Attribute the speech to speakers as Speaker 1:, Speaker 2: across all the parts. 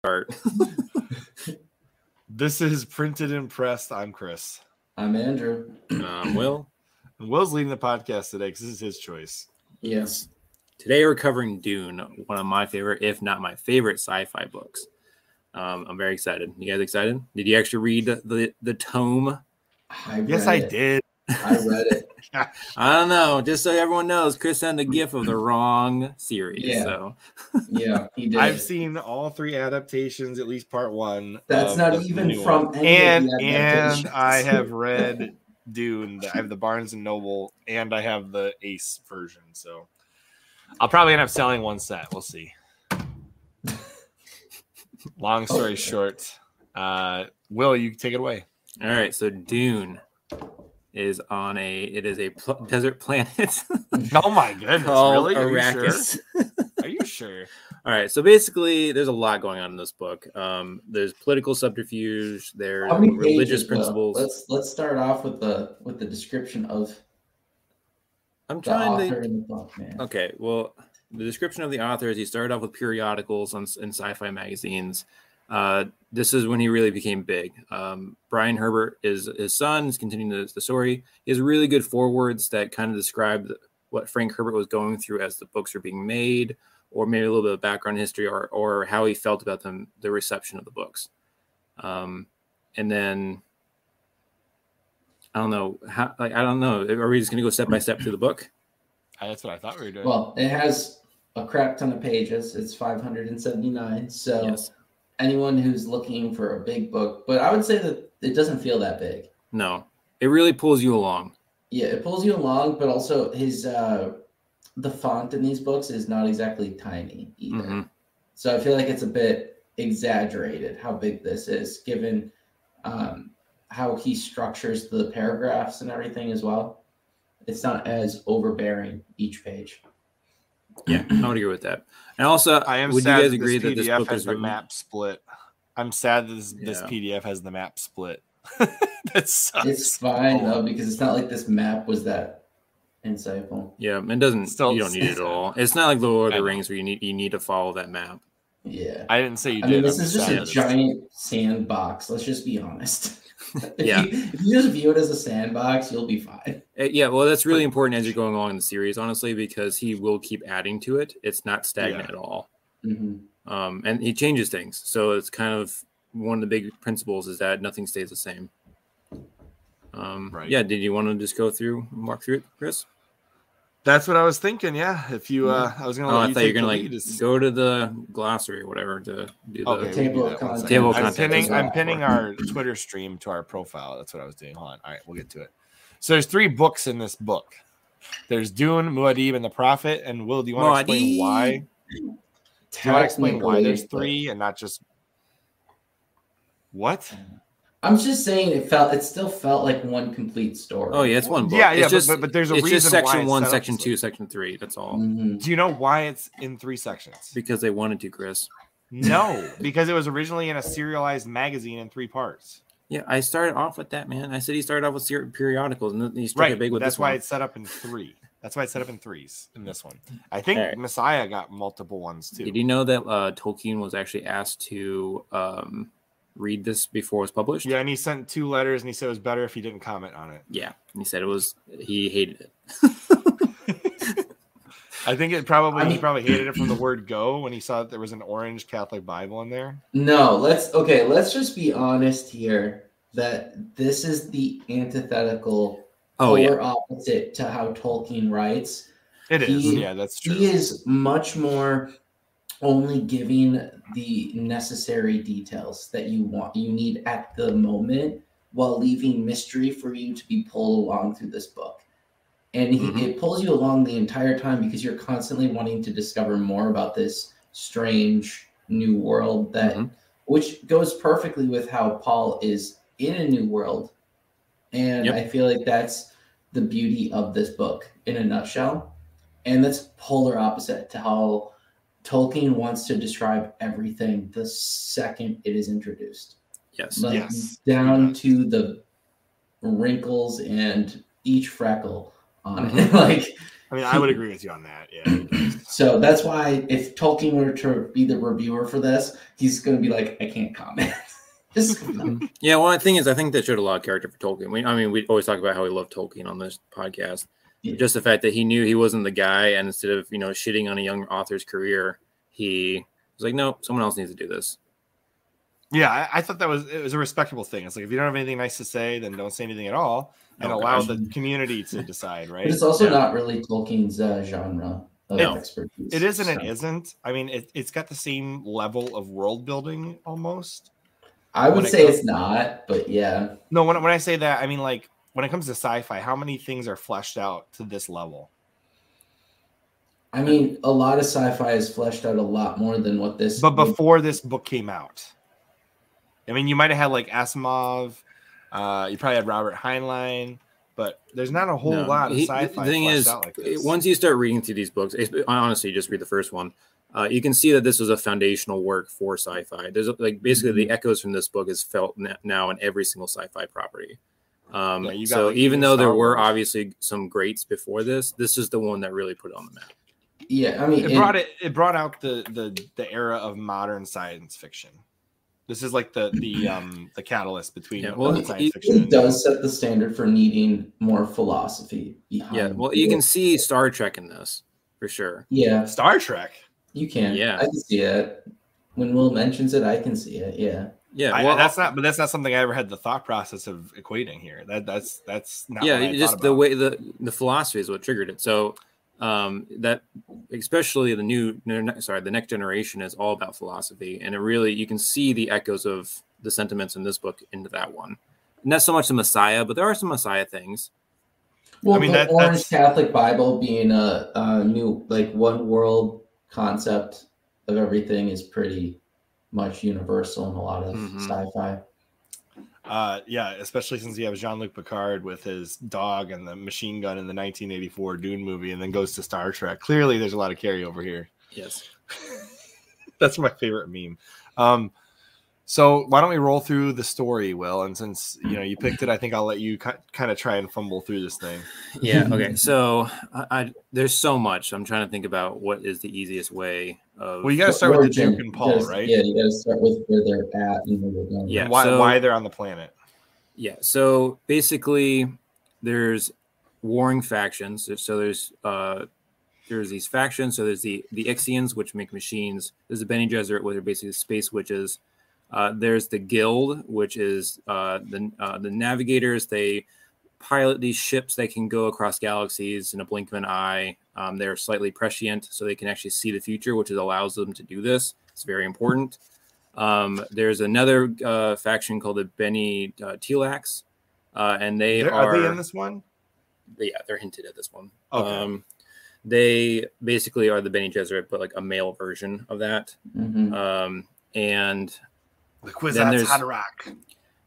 Speaker 1: start.
Speaker 2: This is Printed and Pressed. I'm Chris.
Speaker 3: I'm Andrew.
Speaker 1: um, Will,
Speaker 2: And Will's leading the podcast today because this is his choice.
Speaker 3: Yes.
Speaker 1: today we're covering Dune, one of my favorite, if not my favorite, sci-fi books. Um, I'm very excited. You guys excited? Did you actually read the the tome?
Speaker 3: I
Speaker 2: Yes,
Speaker 3: read
Speaker 2: I
Speaker 3: it.
Speaker 2: did.
Speaker 3: I read it.
Speaker 1: I don't know. Just so everyone knows, Chris sent a gif of the wrong series.
Speaker 3: Yeah.
Speaker 1: So
Speaker 3: Yeah, he did.
Speaker 2: I've seen all three adaptations, at least part one.
Speaker 3: That's
Speaker 2: of
Speaker 3: not
Speaker 2: the
Speaker 3: even
Speaker 2: new
Speaker 3: from
Speaker 2: one.
Speaker 3: any of
Speaker 2: And
Speaker 3: the
Speaker 2: and
Speaker 3: adaptations.
Speaker 2: I have read Dune. I have the Barnes and Noble, and I have the Ace version. So I'll probably end up selling one set. We'll see. Long story
Speaker 3: Okay.
Speaker 2: short, uh, Will, you take it away.
Speaker 1: all right. So Dune is on a it is a pl- desert planet
Speaker 2: Oh my goodness!
Speaker 1: called
Speaker 2: really? Are you sure?
Speaker 1: Arrakis.
Speaker 2: Are you sure?
Speaker 1: All right. So basically, there's a lot going on in this book. Um, there's political subterfuge. There's
Speaker 3: How many
Speaker 1: religious
Speaker 3: pages, though?
Speaker 1: principles.
Speaker 3: Let's let's start off with the with the description of
Speaker 1: I'm
Speaker 3: the
Speaker 1: trying to.
Speaker 3: author and the book, man.
Speaker 1: Okay. Well, the description of the author is he started off with periodicals on, in sci-fi magazines. Uh, this is when he really became big. Um, Brian Herbert is his son. Is continuing the, the story. He has really good forewords that kind of describe what Frank Herbert was going through as the books were being made, or maybe a little bit of background history, or or how he felt about them, the reception of the books. Um, and then I don't know how. Like I don't know. Are we just gonna go step by step through the book?
Speaker 2: That's what I thought we were doing.
Speaker 3: Well, it has a crap ton of pages. It's 579. So anyone who's looking for a big book, but I would say that it doesn't feel that big.
Speaker 1: No, it really pulls you along.
Speaker 3: Yeah, it pulls you along, but also his uh the font in these books is not exactly tiny either.
Speaker 1: Mhm.
Speaker 3: So I feel like it's a bit exaggerated how big this is, given um how he structures the paragraphs and everything as well. It's not as overbearing each page.
Speaker 1: Yeah, I would agree with that. And also,
Speaker 2: I am
Speaker 1: would you
Speaker 2: sad
Speaker 1: guys
Speaker 2: that
Speaker 1: agree
Speaker 2: this
Speaker 1: that
Speaker 2: PDF
Speaker 1: this book
Speaker 2: has
Speaker 1: is
Speaker 2: the
Speaker 1: written?
Speaker 2: map split. I'm sad that this, this
Speaker 1: Yeah.
Speaker 2: PDF has the map split. that sucks.
Speaker 3: It's fine though, because it's not like this map was that insightful.
Speaker 1: Yeah, it doesn't.
Speaker 2: Still-
Speaker 1: you don't need it at all. It's not like the Lord
Speaker 2: I
Speaker 1: of the
Speaker 2: know.
Speaker 1: Rings where you need you need to follow that map.
Speaker 3: Yeah.
Speaker 2: I didn't say you
Speaker 3: I
Speaker 2: did.
Speaker 3: mean, this
Speaker 2: I'm
Speaker 3: is just
Speaker 2: sad
Speaker 3: a
Speaker 2: that it's-
Speaker 3: giant sandbox. Let's just be honest. if
Speaker 1: Yeah.
Speaker 3: You, if you just view it as a sandbox, you'll be fine.
Speaker 1: Eh, yeah, well, that's really important as you're going along in the series, honestly, because he will keep adding to it. It's not stagnant at all,
Speaker 3: Mhm.
Speaker 1: um, and he changes things. So it's kind of one of the big principles is that nothing stays the same. Um,
Speaker 2: Right.
Speaker 1: Yeah. Did you want to just go through and walk through it, Chris?
Speaker 2: That's what I was thinking. Yeah. If you, uh, I was gonna.
Speaker 1: Oh,
Speaker 2: let
Speaker 1: I
Speaker 2: you
Speaker 1: thought you
Speaker 2: take
Speaker 1: were
Speaker 2: the
Speaker 1: gonna like
Speaker 2: lead. It's-
Speaker 1: go to the glossary or whatever to do the.
Speaker 2: okay, we can
Speaker 3: Table
Speaker 2: do
Speaker 3: of
Speaker 2: that one second.
Speaker 1: Table of
Speaker 2: I'm
Speaker 1: contents is
Speaker 2: pinning.
Speaker 1: what
Speaker 2: I'm
Speaker 1: I'm
Speaker 2: pinning our Twitter stream to our profile. That's what I was doing. Hold on. All right, we'll get to it. So there's three books in this book. There's Dune, Muad'Dib, and the Prophet. And Will, do you want to explain
Speaker 1: Muad'Dib.
Speaker 2: why? Do you want to explain why there's three and not just what?
Speaker 3: I'm just saying it felt it still felt like one complete story.
Speaker 1: Oh yeah, it's one book.
Speaker 2: Yeah,
Speaker 1: It's
Speaker 2: yeah, but-
Speaker 1: just-
Speaker 2: but- but there's a
Speaker 1: it's just
Speaker 2: reason why
Speaker 1: section
Speaker 2: it's
Speaker 1: one,
Speaker 2: set up
Speaker 1: section
Speaker 2: this way.
Speaker 1: two, section three. That's all
Speaker 3: Mhm.
Speaker 2: Do you know why it's in three sections?
Speaker 1: because they wanted to, Chris.
Speaker 2: No, because it was originally in a serialized magazine in three parts.
Speaker 1: Yeah, I started off with that man. I said he started off with ser- periodicals, and then he started
Speaker 2: Right.
Speaker 1: big with
Speaker 2: That's
Speaker 1: this
Speaker 2: why
Speaker 1: one.
Speaker 2: it's set up in three. That's why it's set up in threes in this one. I think
Speaker 1: Alright.
Speaker 2: Messiah got multiple ones too.
Speaker 1: Did you know that uh, Tolkien was actually asked to um, read this before it was published?
Speaker 2: Yeah, and he sent two letters and he said it was better if he didn't comment on it.
Speaker 1: yeah. And he said it was he hated it.
Speaker 2: I think it probably
Speaker 3: I
Speaker 2: he
Speaker 3: mean-
Speaker 2: probably hated it from the word go when he saw that there was an orange Catholic Bible in there.
Speaker 3: No, let's okay, let's just be honest here that this is the antithetical
Speaker 1: Oh
Speaker 3: polar
Speaker 1: yeah,
Speaker 3: opposite to how Tolkien writes.
Speaker 2: It is.
Speaker 3: He-
Speaker 2: yeah, that's true.
Speaker 3: He is much more only giving the necessary details that you want you need at the moment while leaving mystery for you to be pulled along through this book. And he,
Speaker 2: Mm-hmm.
Speaker 1: Mhm.
Speaker 3: it pulls you along the entire time because you're constantly wanting to discover more about this strange new world that
Speaker 2: Mm-hmm.
Speaker 1: Mhm.
Speaker 3: which goes perfectly with how Paul is in a new world. And
Speaker 1: Yep.
Speaker 3: I feel like that's the beauty of this book in a nutshell. And that's polar opposite to how Tolkien wants to describe everything the second it is introduced.
Speaker 1: yes.
Speaker 3: Like
Speaker 2: Yes.
Speaker 3: down to the wrinkles and each freckle
Speaker 1: Mhm.
Speaker 3: on
Speaker 2: Mm-hmm.
Speaker 3: it. like
Speaker 2: I mean, I would agree with you on that. Yeah.
Speaker 3: So that's why if Tolkien were to be the reviewer for this, he's going to be like, I can't comment. Just
Speaker 1: Yeah, well, the thing is, I think that showed a lot of character for Tolkien. We, I mean, we always talk about how we love Tolkien on this podcast.
Speaker 3: Yeah.
Speaker 1: Just the fact that he knew he wasn't the guy, and instead of you know shitting on a young author's career, he was like, "No, someone else needs to do this."
Speaker 2: Yeah, I, I thought that was it was a respectable thing. It's like if you don't have anything nice to say, then don't say anything at all, and
Speaker 1: Oh,
Speaker 2: allow
Speaker 1: gosh.
Speaker 2: the community to decide. Right?
Speaker 3: But it's also
Speaker 1: Yeah.
Speaker 3: not really Tolkien's uh, genre of
Speaker 1: No.
Speaker 3: expertise.
Speaker 2: It is and it
Speaker 3: So
Speaker 2: isn't. I mean, it, it's got the same level of world building almost.
Speaker 3: I
Speaker 2: when
Speaker 3: would
Speaker 2: it
Speaker 3: say
Speaker 2: comes-
Speaker 3: it's not, but yeah.
Speaker 2: No, when when I say that, I mean like when it comes to sci-fi, how many things are fleshed out to this level?
Speaker 3: I mean, a lot of sci-fi is fleshed out a lot more than what this.
Speaker 2: But
Speaker 1: Mm-hmm.
Speaker 2: before this book came out, I mean, you might have had like Asimov, uh, you probably had Robert Heinlein, but there's not a whole
Speaker 1: No.
Speaker 2: lot of
Speaker 1: He-
Speaker 2: sci-fi.
Speaker 1: The thing
Speaker 2: fleshed
Speaker 1: is,
Speaker 2: out like
Speaker 1: it-
Speaker 2: this.
Speaker 1: once you start reading through these books, it's- honestly, just read the first one. Uh, you can see that this was a foundational work for sci-fi. There's like basically
Speaker 2: Mm-hmm.
Speaker 1: the echoes from this book is felt na- now in every single sci-fi property. Um,
Speaker 2: Yeah, you got,
Speaker 1: so
Speaker 2: like,
Speaker 1: even
Speaker 2: even
Speaker 1: though there
Speaker 2: Star
Speaker 1: were
Speaker 2: Wars.
Speaker 1: obviously some greats before this, this is the one that really put it on the map.
Speaker 3: yeah, I mean,
Speaker 2: it brought it it brought out the the the era of modern science fiction. This is like the the um the catalyst between
Speaker 1: Yeah, well,
Speaker 2: modern
Speaker 1: it-
Speaker 2: science
Speaker 1: it
Speaker 2: fiction.
Speaker 3: It
Speaker 2: and-
Speaker 3: does set the standard for needing more philosophy
Speaker 2: Um,
Speaker 3: behind.
Speaker 1: Yeah, well, you can
Speaker 3: it.
Speaker 1: see Star Trek in this for sure.
Speaker 3: Yeah,
Speaker 2: Star Trek.
Speaker 3: you can.
Speaker 1: Yeah.
Speaker 3: I can see it. When Will mentions it, I can see it. Yeah,
Speaker 1: Yeah,
Speaker 2: I-
Speaker 1: well,
Speaker 2: that's not, but that's not something I ever had the thought process of equating here. That that's that's not.
Speaker 1: yeah
Speaker 2: what I
Speaker 1: it
Speaker 2: thought
Speaker 1: just the
Speaker 2: about.
Speaker 1: way the the philosophy is what triggered it so um that especially the new no, no, sorry the next generation is all about philosophy and it really you can see the echoes of the sentiments in this book into that one not so much the messiah but there are some messiah things
Speaker 3: well,
Speaker 2: mean,
Speaker 3: the
Speaker 2: that- that's-
Speaker 3: Orange Catholic Bible being a, a new like one world concept of everything is pretty much universal in a lot of
Speaker 1: Mhm.
Speaker 3: sci-fi.
Speaker 2: Uh, yeah, especially since you have Jean Luc Picard with his dog and the machine gun in the 1984 Dune movie, and then goes to Star Trek. Clearly, there's a lot of carryover here.
Speaker 1: yes
Speaker 2: That's my favorite meme. Um, so why don't we roll through the story, Will? And since you know you picked it, I think I'll let you ki- kind of try and fumble through this thing.
Speaker 1: yeah okay so I, I there's so much i'm trying to think about what is the easiest way of
Speaker 2: Well, you got to start with the
Speaker 3: origin,
Speaker 2: Duke and Paul,
Speaker 3: you gotta-
Speaker 2: right?
Speaker 3: Yeah, you got to start with where they're at and where they're going.
Speaker 1: Yeah,
Speaker 2: why
Speaker 1: so-
Speaker 2: why they're on the planet?
Speaker 1: Yeah. So basically, there's warring factions. So there's uh, there's these factions. So there's the the Ixians, which make machines. There's the Bene Gesserit, which are basically space witches. Uh, there's the Guild, which is uh, the uh, the navigators. They pilot these ships that can go across galaxies in a blink of an eye. Um, they're slightly prescient, so they can actually see the future, which allows them to do this. It's very important. Um, there's another uh, faction called the Beni uh, Telax, uh, and they
Speaker 2: They're-
Speaker 1: are,
Speaker 2: are they in this one?
Speaker 1: yeah, they're hinted at this one.
Speaker 2: Okay.
Speaker 1: Um, they basically are the Bene Gesserit, but like a male version of that.
Speaker 3: Mhm.
Speaker 1: Um, and
Speaker 2: The
Speaker 1: Then there's-
Speaker 2: Rock.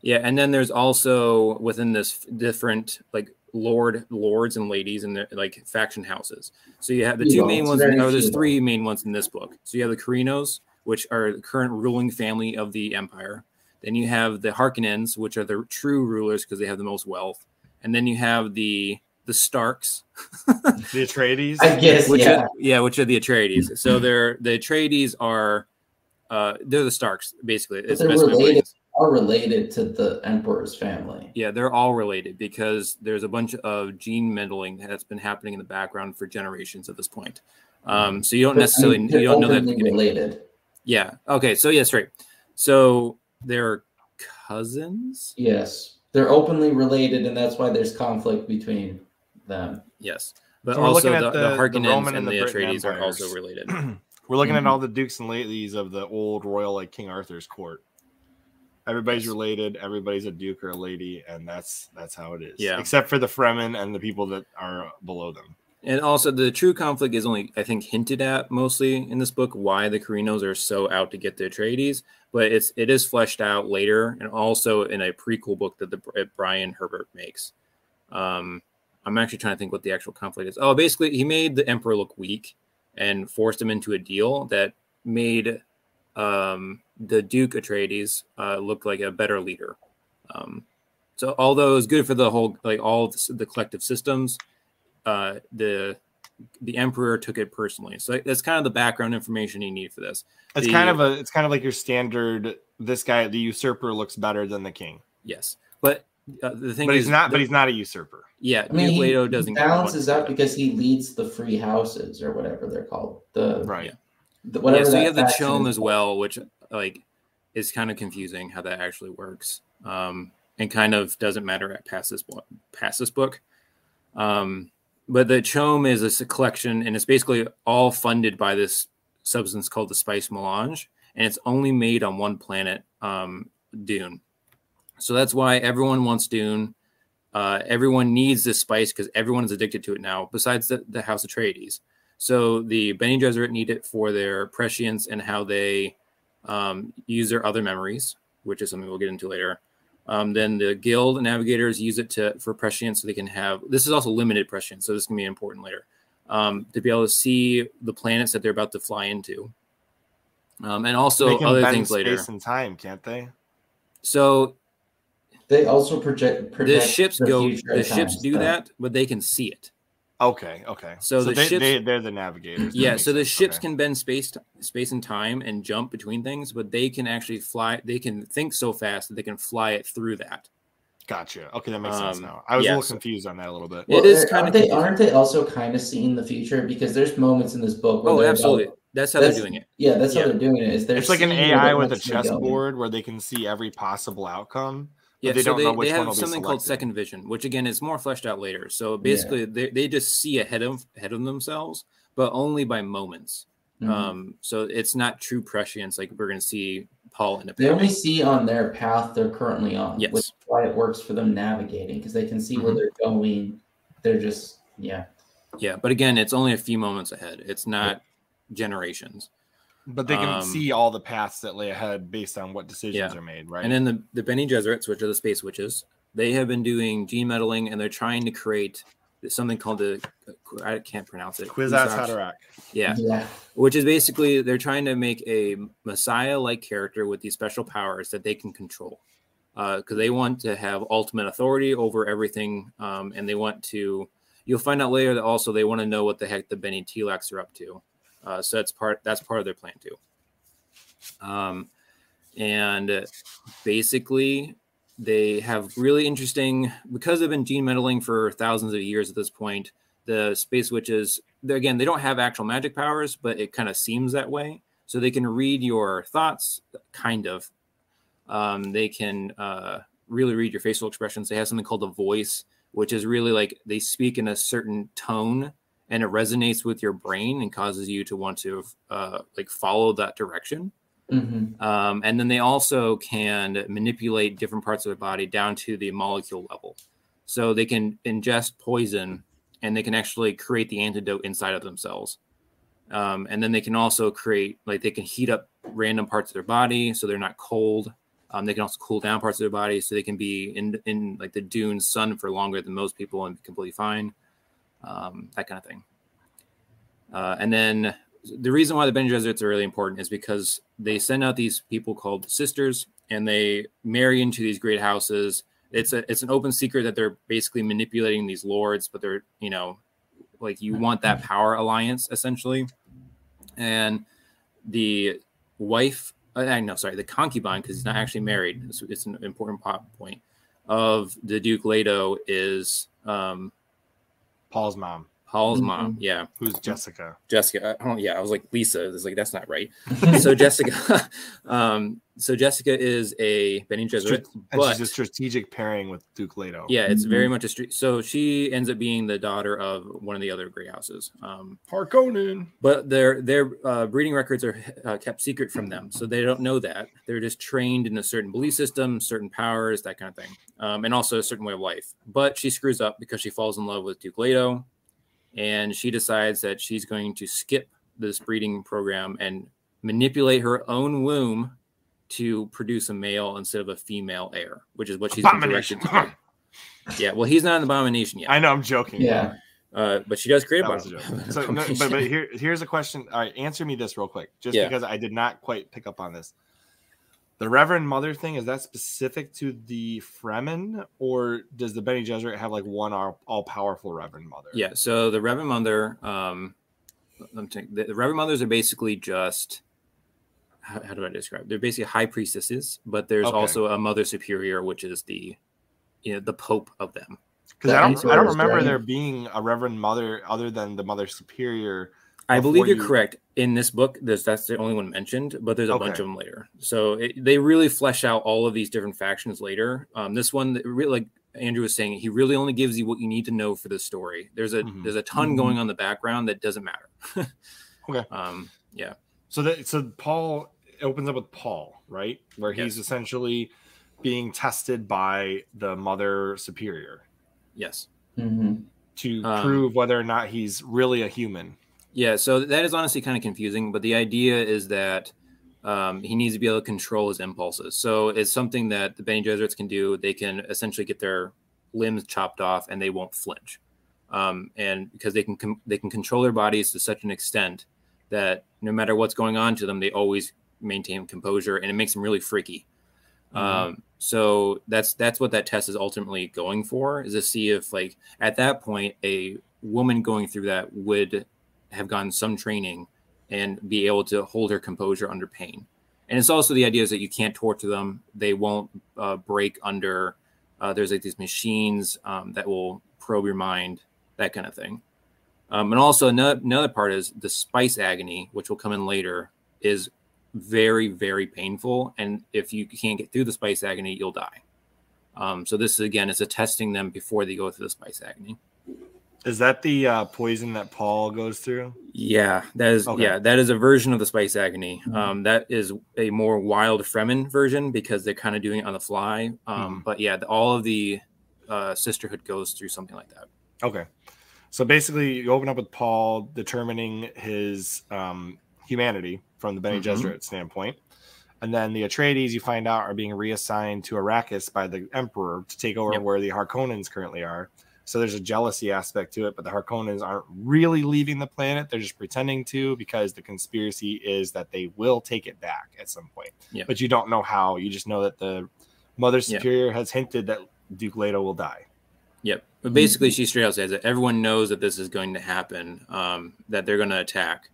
Speaker 1: yeah, and then there's also within this f- different like lord lords and ladies and their like faction houses. So you have the two
Speaker 3: Feudal.
Speaker 1: main
Speaker 3: It's
Speaker 1: ones.
Speaker 3: very
Speaker 1: Oh, there's
Speaker 3: feudal.
Speaker 1: three main ones in this book. So you have the Carinos, which are the current ruling family of the empire. Then you have the Harkonnens, which are the true rulers because they have the most wealth. And then you have the the Starks,
Speaker 2: The Atreides.
Speaker 3: I guess.
Speaker 1: which
Speaker 3: yeah.
Speaker 1: are, yeah, which are the Atreides. So they're the Atreides are uh they're the Starks basically. It's the
Speaker 3: they're
Speaker 1: best way of putting
Speaker 3: related.
Speaker 1: it.
Speaker 3: are related to the emperor's family.
Speaker 1: Yeah, they're all related because there's a bunch of gene meddling that's been happening in the background for generations at this point. Um, so you don't
Speaker 3: But, I
Speaker 1: necessarily
Speaker 3: mean,
Speaker 1: you don't know that at the
Speaker 3: they're openly
Speaker 1: beginning.
Speaker 3: related.
Speaker 1: Yeah. Okay. So yes, right. So they're cousins.
Speaker 3: Yes, they're openly related, and that's why there's conflict between them.
Speaker 1: Yes, but
Speaker 2: So we're
Speaker 1: also
Speaker 2: looking
Speaker 1: the,
Speaker 2: at
Speaker 1: the,
Speaker 2: the- the
Speaker 1: Harkonnens
Speaker 2: Roman
Speaker 1: and
Speaker 2: and
Speaker 1: the
Speaker 2: the Britain
Speaker 1: Atreides are also
Speaker 2: empires.
Speaker 1: related.
Speaker 2: We're looking
Speaker 1: Mm-hmm.
Speaker 3: Mhm.
Speaker 2: at all the dukes and ladies of the old royal, like King Arthur's court. Everybody's related. Everybody's a duke or a lady, and that's that's how it is.
Speaker 1: Yeah.
Speaker 2: Except for the Fremen and the people that are below them.
Speaker 1: And also, the true conflict is only, I think, hinted at mostly in this book. Why the Carinos are so out to get the Atreides, but it's it is fleshed out later, and also in a prequel book that the that Brian Herbert makes. Um, I'm actually trying to think what the actual conflict is. Oh, basically, he made the Emperor look weak and forced him into a deal that made um, the Duke Atreides uh, look like a better leader. Um, so although it's good for the whole, like all the collective systems, uh, the the emperor took it personally. So that's kind of the background information you need for this.
Speaker 2: It's
Speaker 1: The-
Speaker 2: kind of a it's kind of like your standard this guy the usurper looks better than the king.
Speaker 1: Yes, but uh, the thing
Speaker 2: But
Speaker 1: is,
Speaker 2: he's not
Speaker 1: the-
Speaker 2: but he's not a usurper.
Speaker 1: yeah,
Speaker 3: I mean, he,
Speaker 1: Leto
Speaker 3: he
Speaker 1: doesn't get
Speaker 3: balances
Speaker 1: one.
Speaker 3: out because he leads the free houses or whatever they're called. The,
Speaker 2: Right.
Speaker 1: Yeah.
Speaker 3: the whatever.
Speaker 1: yeah, so
Speaker 3: that
Speaker 1: you have the
Speaker 3: faction
Speaker 1: chome
Speaker 3: is
Speaker 1: as well, which like is kind of confusing how that actually works, um, and kind of doesn't matter at past this book. Past this book, um, but the chome is this collection, and it's basically all funded by this substance called the spice melange, and it's only made on one planet, um, Dune. So that's why everyone wants Dune. Uh, everyone needs this spice because everyone is addicted to it now. Besides the, the House Atreides. So the Benny Gesserit need it for their prescience and how they um, use their other memories, which is something we'll get into later. Um, then the guild navigators use it to for prescience, so they can have. This is also limited prescience, so this can be important later um, to be able to see the planets that they're about to fly into, um, and
Speaker 2: They
Speaker 1: also
Speaker 2: can
Speaker 1: other
Speaker 2: bend
Speaker 1: things later.
Speaker 2: space and time, can't they?
Speaker 1: So
Speaker 3: They also project.
Speaker 1: the
Speaker 3: predict
Speaker 1: ships go.
Speaker 3: future
Speaker 1: The
Speaker 3: at
Speaker 1: ships
Speaker 3: times,
Speaker 1: do
Speaker 3: though.
Speaker 1: that, but they can see it.
Speaker 2: Okay, okay.
Speaker 1: So the
Speaker 2: they,
Speaker 1: ships-
Speaker 2: they they're the navigators. That
Speaker 1: yeah
Speaker 2: makes
Speaker 1: so the
Speaker 2: sense.
Speaker 1: ships
Speaker 2: Okay.
Speaker 1: can bend space space and time and jump between things but they can actually fly they can think so fast that they can fly it through that
Speaker 2: gotcha. Okay, that makes sense
Speaker 1: Um,
Speaker 2: now. I was
Speaker 1: yeah,
Speaker 2: a little
Speaker 1: so-
Speaker 2: confused on that a little bit.
Speaker 1: It is
Speaker 3: they're-
Speaker 1: kinda
Speaker 3: aren't they
Speaker 1: confusing.
Speaker 3: aren't they also kind of seeing the future because there's moments in this book. Where
Speaker 1: oh
Speaker 3: they're
Speaker 1: absolutely
Speaker 3: about-
Speaker 1: that's how
Speaker 3: that's-
Speaker 1: they're doing it
Speaker 3: yeah, that's
Speaker 1: Yeah.
Speaker 3: how they're doing it. Is they're
Speaker 2: It's like an
Speaker 3: seeing where
Speaker 2: AI
Speaker 3: the
Speaker 2: with a
Speaker 3: next one's going.
Speaker 2: chessboard where they can see every possible outcome. but
Speaker 1: yeah
Speaker 2: they
Speaker 1: so
Speaker 2: don't
Speaker 1: they,
Speaker 2: know which
Speaker 1: they
Speaker 2: one
Speaker 1: have
Speaker 2: will be
Speaker 1: something called
Speaker 2: selected.
Speaker 1: second vision which again is more fleshed out later so basically they, they just see ahead of ahead of themselves but only by moments
Speaker 3: Mhm.
Speaker 2: Mm-hmm.
Speaker 1: um so it's not true prescience like we're gonna see paul in a
Speaker 3: They only
Speaker 1: panic.
Speaker 3: see on their path they're currently on,
Speaker 1: Yes.
Speaker 3: which is why it works for them navigating because they can see where
Speaker 1: Mhm.
Speaker 3: they're going. They're just yeah.
Speaker 1: yeah but again it's only a few moments ahead it's not generations
Speaker 2: But they can
Speaker 1: Um,
Speaker 2: see all the paths that lay ahead based on what decisions
Speaker 1: Yeah.
Speaker 2: are made, right?
Speaker 1: And then the, the Benny Gesserits, which are the space witches, they have been doing gene meddling and they're trying to create something called the I can't pronounce it.
Speaker 2: Quiz ass
Speaker 1: Kwisatz-
Speaker 2: Haderach.
Speaker 1: Yeah. Which is basically they're trying to make a messiah like character with these special powers that they can control. Because they want to have ultimate authority over everything. Um, and they want to, you'll find out later that also they want to know what the heck the Benny Telex are up to. Uh, so that's part that's part of their plan too. Um, and uh, basically, they have really interesting because they've been gene meddling for thousands of years at this point. The space witches, they again, they don't have actual magic powers, but it kind of seems that way. So they can read your thoughts, kind of. Um, they can uh, really read your facial expressions. They have something called the voice, which is really like they speak in a certain tone, and it resonates with your brain and causes you to want to uh, like follow that direction.
Speaker 3: hmm
Speaker 1: Um, and then they also can manipulate different parts of their body down to the molecule level. So they can ingest poison and they can actually create the antidote inside of themselves. Um, and then they can also create, like, they can heat up random parts of their body so they're not cold. Um, they can also cool down parts of their body so they can be in, in like the dune sun for longer than most people and be completely fine. Um, that kind of thing. Uh, and then the reason why the Bene Gesserits are really important is because they send out these people called sisters, and they marry into these great houses. It's a it's an open secret that they're basically manipulating these lords, but they're you know, like you want that power alliance essentially, and the wife. uh, I no, sorry, the concubine because he's not actually married. It's, it's an important pop point of the Duke Leto is um,
Speaker 2: Paul's mom,
Speaker 1: Paul's mom. Yeah,
Speaker 2: who's Jessica.
Speaker 1: Jessica. I don't, yeah, I was like Lisa. It's like that's not right so Jessica, um, so Jessica is a Benny Gesserit,
Speaker 2: And
Speaker 1: but
Speaker 2: she's a strategic pairing with Duke Leto.
Speaker 1: yeah, it's
Speaker 3: Mhm.
Speaker 1: very much a street. So she ends up being the daughter of one of the other great houses. Um,
Speaker 2: Harkonnen.
Speaker 1: but their their uh, breeding records are uh, kept secret from them, so they don't know that. They're just trained in a certain belief system, certain powers, that kind of thing, um, and also a certain way of life. But she screws up because she falls in love with Duke Leto, and she decides that she's going to skip this breeding program and manipulate her own womb to produce a male instead of a female heir, which is what she's been directed to
Speaker 2: Abomination.
Speaker 1: do. yeah, well, he's not an abomination yet,
Speaker 2: I know I'm joking.
Speaker 3: yeah.
Speaker 1: uh, but she does create
Speaker 2: That was a
Speaker 1: abomin-
Speaker 2: joke. So, no, but, but here, here's a question. All right, answer me this real quick, just
Speaker 1: Yeah.
Speaker 2: because I did not quite pick up on this. The Reverend Mother thing is that specific to the Fremen, or does the Benny Gesserit have like one all powerful Reverend Mother?
Speaker 1: Yeah. So the Reverend Mother, um, I'm taking, the, the Reverend Mothers are basically just how, how do I describe? They're basically high priestesses, but there's
Speaker 2: Okay.
Speaker 1: also a Mother Superior, which is the you know the Pope of them.
Speaker 2: Because I
Speaker 3: The
Speaker 2: don't, I don't
Speaker 3: Emperor's
Speaker 2: remember
Speaker 3: Dragon.
Speaker 2: there being a Reverend Mother other than the Mother Superior.
Speaker 1: I
Speaker 2: before
Speaker 1: believe you're
Speaker 2: you-
Speaker 1: correct. In this book, there's that's the only one mentioned, but there's a bunch
Speaker 2: Okay.
Speaker 1: of them later. So it, they really flesh out all of these different factions later. Um, this one, that really, like Andrew was saying, he really only gives you what you need to know for the story. There's a
Speaker 2: Mhm.
Speaker 1: there's a ton
Speaker 3: Mhm.
Speaker 1: going on in the background that doesn't matter.
Speaker 2: Okay.
Speaker 1: Um, yeah.
Speaker 2: So that so Paul it opens up with Paul, right? Where he's essentially being tested by the Mother Superior
Speaker 1: Yes.
Speaker 3: hmm
Speaker 2: to
Speaker 1: Um,
Speaker 2: prove whether or not he's really a human.
Speaker 1: Yeah. So that is honestly kind of confusing, but the idea is that um, he needs to be able to control his impulses. So it's something that the Bene Gesserits can do. They can essentially get their limbs chopped off and they won't flinch, um, and because they can com- they can control their bodies to such an extent that no matter what's going on to them, they always maintain composure, and it makes them really freaky. Um, so that's that's what that test is ultimately going for is to see if like at that point a woman going through that would have gotten some training and be able to hold her composure under pain. And it's also the idea is that you can't torture them; they won't uh, break under. Uh, there's like these machines um, that will probe your mind, that kind of thing. Um, and also another, another part is the spice agony, which will come in later, is very very painful. And if you can't get through the spice agony, you'll die. Um, so this again is a testing them before they go through the spice agony.
Speaker 2: Is that the uh, poison that Paul goes through?
Speaker 1: Yeah, that is
Speaker 2: Okay.
Speaker 1: yeah, that is a version of the Spice Agony.
Speaker 3: Mhm.
Speaker 1: Um, that is a more wild Fremen version because they're kind of doing it on the fly. Um, but yeah, the, all of the uh, sisterhood goes through something like that.
Speaker 2: Okay. So basically, you open up with Paul determining his um, humanity from the Bene
Speaker 1: Mhm.
Speaker 2: Gesserit standpoint. And then the Atreides, you find out, are being reassigned to Arrakis by the Emperor to take over
Speaker 1: Yep.
Speaker 2: where the Harkonnens currently are. So there's a jealousy aspect to it, but the Harkonnens aren't really leaving the planet. They're just pretending to because the conspiracy is that they will take it back at some point.
Speaker 1: Yeah.
Speaker 2: But you don't know how. You just know that the Mother Superior has hinted that Duke Leto will die.
Speaker 1: Yep.
Speaker 2: Mm-hmm.
Speaker 1: But basically, she straight out says that everyone knows that this is going to happen, um, that they're going to attack.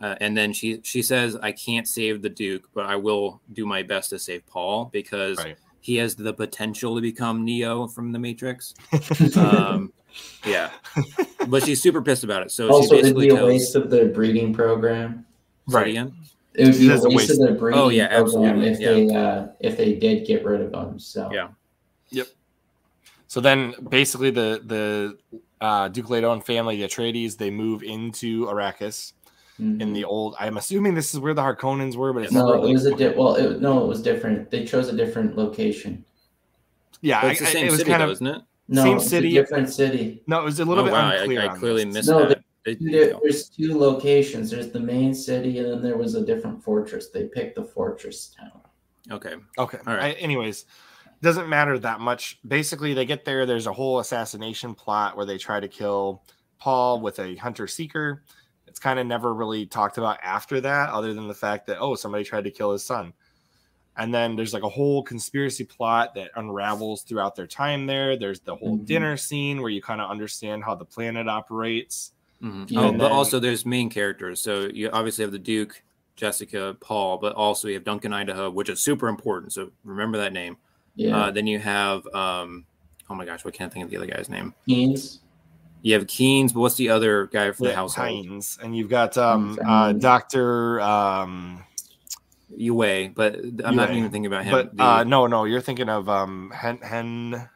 Speaker 1: Uh, and then she she says, "I can't save the Duke, but I will do my best to save Paul because
Speaker 2: Right.
Speaker 1: he has the potential to become Neo from the Matrix." Um, yeah, but she's super pissed about it. So
Speaker 3: also,
Speaker 1: she
Speaker 3: it'd
Speaker 1: basically
Speaker 3: be a
Speaker 1: tells
Speaker 3: waste of their breeding program.
Speaker 1: Say it
Speaker 2: Right.
Speaker 1: again?
Speaker 3: It would be
Speaker 2: That's
Speaker 3: a
Speaker 2: a
Speaker 3: waste of
Speaker 2: waste.
Speaker 3: their breeding
Speaker 1: Oh, yeah,
Speaker 3: program
Speaker 1: absolutely,
Speaker 3: if
Speaker 1: yeah.
Speaker 3: they uh, if they did get rid of them. So
Speaker 1: Yeah.
Speaker 2: So then, basically, the the uh, Duke Leto and family, the Atreides, they move into Arrakis
Speaker 3: Mhm.
Speaker 2: in the
Speaker 1: Mm-hmm.
Speaker 2: old. I'm assuming this is where the Harkonnens were, but it's
Speaker 3: no,
Speaker 2: not
Speaker 3: it
Speaker 2: really-
Speaker 3: was a di- well, it, no, it was different. They chose a different location.
Speaker 2: yeah.
Speaker 1: But
Speaker 2: I,
Speaker 1: it's the
Speaker 2: I-
Speaker 1: same
Speaker 2: it was
Speaker 1: city,
Speaker 2: kind
Speaker 1: though,
Speaker 2: of
Speaker 1: isn't it?
Speaker 3: No,
Speaker 2: Same
Speaker 3: it's
Speaker 2: city.
Speaker 3: a different city.
Speaker 2: no. It was a little
Speaker 1: oh,
Speaker 2: bit
Speaker 1: wow, I-
Speaker 2: unclear.
Speaker 1: I,
Speaker 2: on
Speaker 1: clearly
Speaker 2: this.
Speaker 1: missed
Speaker 3: No,
Speaker 1: that. It-
Speaker 3: There- There's two locations. There's the main city, and then there was a different fortress. They picked the fortress town.
Speaker 1: okay.
Speaker 2: Okay.
Speaker 1: All right.
Speaker 2: I- anyways, doesn't matter that much. Basically, they get there. There's a whole assassination plot where they try to kill Paul with a hunter seeker. It's kind of never really talked about after that, other than the fact that, oh, somebody tried to kill his son. And then there's like a whole conspiracy plot that unravels throughout their time there. There's the whole
Speaker 1: Mm-hmm.
Speaker 3: Mhm.
Speaker 2: dinner scene where you kind of understand how the planet operates.
Speaker 1: Mhm.
Speaker 3: Yeah,
Speaker 1: oh,
Speaker 2: and
Speaker 1: but
Speaker 2: then-
Speaker 1: also there's main characters. So you obviously have the Duke, Jessica, Paul, but also you have Duncan Idaho, which is super important. So remember that name.
Speaker 3: Yeah,
Speaker 1: Uh, then you have, um, oh my gosh, what can't I think of the other guy's name?
Speaker 3: Keynes.
Speaker 1: You have Keynes, but what's the other guy from the household?
Speaker 2: Heinz. And you've got um,
Speaker 3: Heinz,
Speaker 2: uh,
Speaker 3: Heinz.
Speaker 2: Dr. Um,
Speaker 1: Yue, but I'm not
Speaker 2: Yue.
Speaker 1: even thinking about him.
Speaker 2: But
Speaker 1: The-
Speaker 2: uh, no, no, you're thinking of um hen hen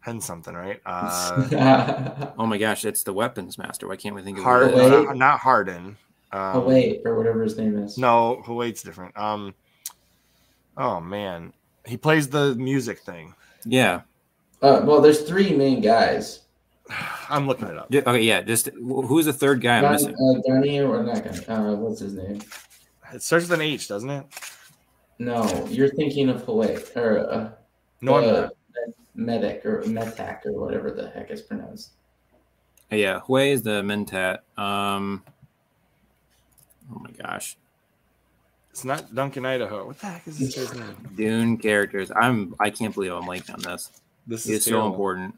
Speaker 2: hen something, right? Uh,
Speaker 1: oh my gosh, it's the weapons master. Why can't we think of who
Speaker 2: Hard,
Speaker 1: it is?
Speaker 3: Hawaii?
Speaker 2: not, not Harden. Um,
Speaker 3: oh wait, or whatever his name is.
Speaker 2: No, Hawaii's different. Um, oh man, he plays the music thing.
Speaker 1: Yeah.
Speaker 3: Uh, well, there's three main guys.
Speaker 2: I'm looking it up.
Speaker 1: Ju- Okay, yeah. Just who's the third guy I'm
Speaker 3: Don-
Speaker 1: missing?
Speaker 3: uh, Donnie or not? Gun- Uh, what's his name?
Speaker 2: It starts with an H, doesn't it?
Speaker 3: No, you're thinking of Hawaii or uh,
Speaker 2: No, I'm
Speaker 3: the
Speaker 2: not.
Speaker 3: medic or metac or whatever the heck is pronounced.
Speaker 1: Uh, Yeah, Hui is the mentat. Um, oh my gosh,
Speaker 2: It's not Duncan Idaho. What the heck is this guy's name?
Speaker 1: Dune characters. I'm. I can't believe I'm late on this.
Speaker 2: This is
Speaker 1: It's so
Speaker 2: terrible.
Speaker 1: important.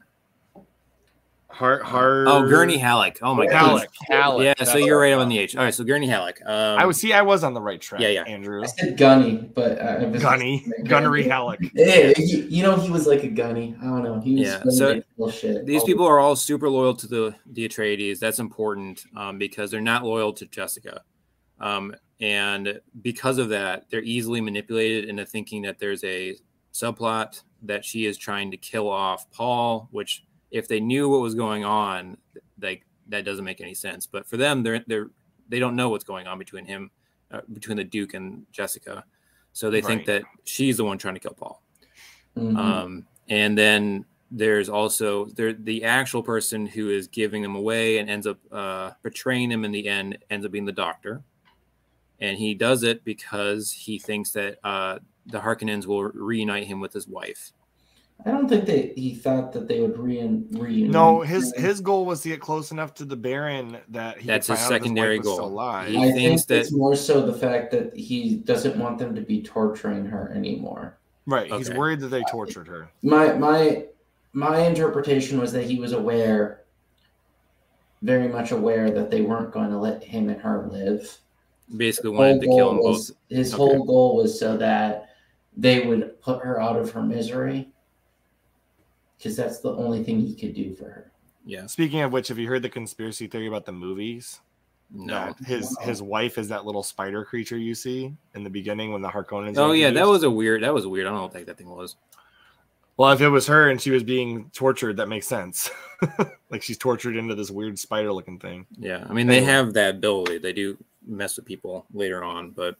Speaker 2: Har, har,
Speaker 1: Oh, Gurney Halleck. Oh my
Speaker 2: Halleck.
Speaker 1: god. Yeah. So you're right on the H. All right. So Gurney Halleck. Um,
Speaker 2: I was see. I was on the right track.
Speaker 1: Yeah, yeah.
Speaker 2: Andrew.
Speaker 3: I said gunny, but uh, I was
Speaker 2: Gunny, Gunnery Halleck.
Speaker 3: Yeah, you, you know he was like a gunny. I don't know. He was
Speaker 1: Yeah,
Speaker 3: really
Speaker 1: so
Speaker 3: big bullshit.
Speaker 1: These people are all super loyal to the the Atreides. That's important um, because they're not loyal to Jessica, um, and because of that, they're easily manipulated into thinking that there's a subplot that she is trying to kill off Paul. Which, if they knew what was going on, like that doesn't make any sense. But for them, they're they're they don't know what's going on between him, uh, between the Duke and Jessica, so they think that
Speaker 2: Right.
Speaker 1: she's the one trying to kill Paul.
Speaker 3: Mhm.
Speaker 1: Um, and then there's also there the actual person who is giving them away and ends up uh, betraying him in the end ends up being the doctor, and he does it because he thinks that uh, the Harkonnens will reunite him with his wife.
Speaker 3: I don't think that he thought that they would reun- reunite.
Speaker 2: No, his his goal was to get cllose enough to the Baron that he
Speaker 1: That's
Speaker 2: could
Speaker 1: his
Speaker 2: find out if wife
Speaker 1: secondary
Speaker 2: was still
Speaker 1: goal.
Speaker 2: alive.
Speaker 1: He
Speaker 3: I think
Speaker 1: thinks that-
Speaker 3: it's more so the fact that he doesn't want them to be torturing her anymore.
Speaker 2: right, he's
Speaker 1: Okay.
Speaker 2: worried that they tortured her.
Speaker 3: My my my interpretation was that he was aware, very much aware that they weren't going to let him and her live.
Speaker 1: Basically, wanted to kill them
Speaker 3: goal
Speaker 1: both.
Speaker 3: was, his
Speaker 1: Okay.
Speaker 3: whole goal was so that they would put her out of her misery because that's the only thing he could do for her.
Speaker 1: Yes.
Speaker 2: Speaking of which, have you heard the conspiracy theory about the movies?
Speaker 1: No.
Speaker 2: That his
Speaker 3: No.
Speaker 2: his wife is that little spider creature you see in the beginning when the Harkonnens. are
Speaker 1: Oh yeah, that
Speaker 2: introduced?
Speaker 1: was a weird. That was weird. I don't know what the heck that thing was.
Speaker 2: Well, if it was her and she was being tortured, that makes sense. like she's tortured into this weird spider looking thing.
Speaker 1: Yeah, I mean they
Speaker 2: Anyway.
Speaker 1: have that ability. They do mess with people later on, but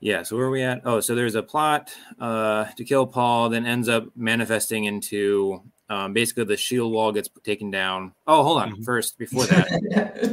Speaker 1: yeah. So where are we at? Oh, so there's a plot uh, to kill Paul, then ends up manifesting into um, basically the shield wall gets taken down. Oh, hold on.
Speaker 2: Mhm.
Speaker 1: First, before that,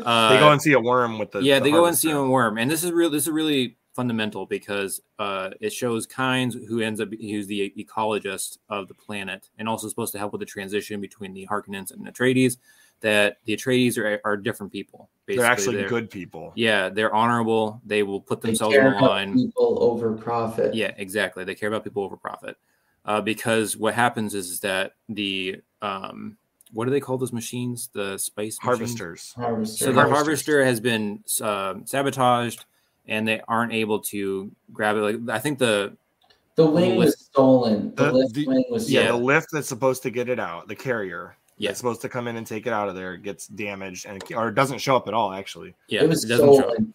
Speaker 1: uh,
Speaker 2: They go and see a worm with the
Speaker 1: yeah,
Speaker 2: the
Speaker 1: they go and
Speaker 2: harvester.
Speaker 1: see a worm, and this is real. This is really fundamental because uh, it shows Kynes, who ends up who's the ecologist of the planet, and also supposed to help with the transition between the Harkonnens and Atreides. That the Atreides are, are different people.
Speaker 2: They're actually
Speaker 1: They're-
Speaker 2: good people.
Speaker 1: Yeah, they're honorable. They will put
Speaker 3: They
Speaker 1: themselves
Speaker 3: care
Speaker 1: on the
Speaker 3: about
Speaker 1: line.
Speaker 3: people over profit.
Speaker 1: Yeah, exactly. They care about people over profit. Uh, because what happens is, that the um, what do they call those machines? The spice machine?
Speaker 2: Harvesters.
Speaker 3: Harvester.
Speaker 1: So the
Speaker 2: Harvesters.
Speaker 1: harvester has been um sabotaged, and they aren't able to grab it. Like I think the
Speaker 3: the wing was stolen. The,
Speaker 2: The-
Speaker 3: left
Speaker 2: the-
Speaker 3: wing was
Speaker 2: Yeah,
Speaker 1: Yeah.
Speaker 2: the lift that's supposed to get it out, the carrier.
Speaker 1: Yeah.
Speaker 2: It's supposed to come in and take it out of there. It gets damaged and or it doesn't show up at all, actually.
Speaker 1: yeah,
Speaker 3: it was
Speaker 1: doesn't show up.
Speaker 3: stolen.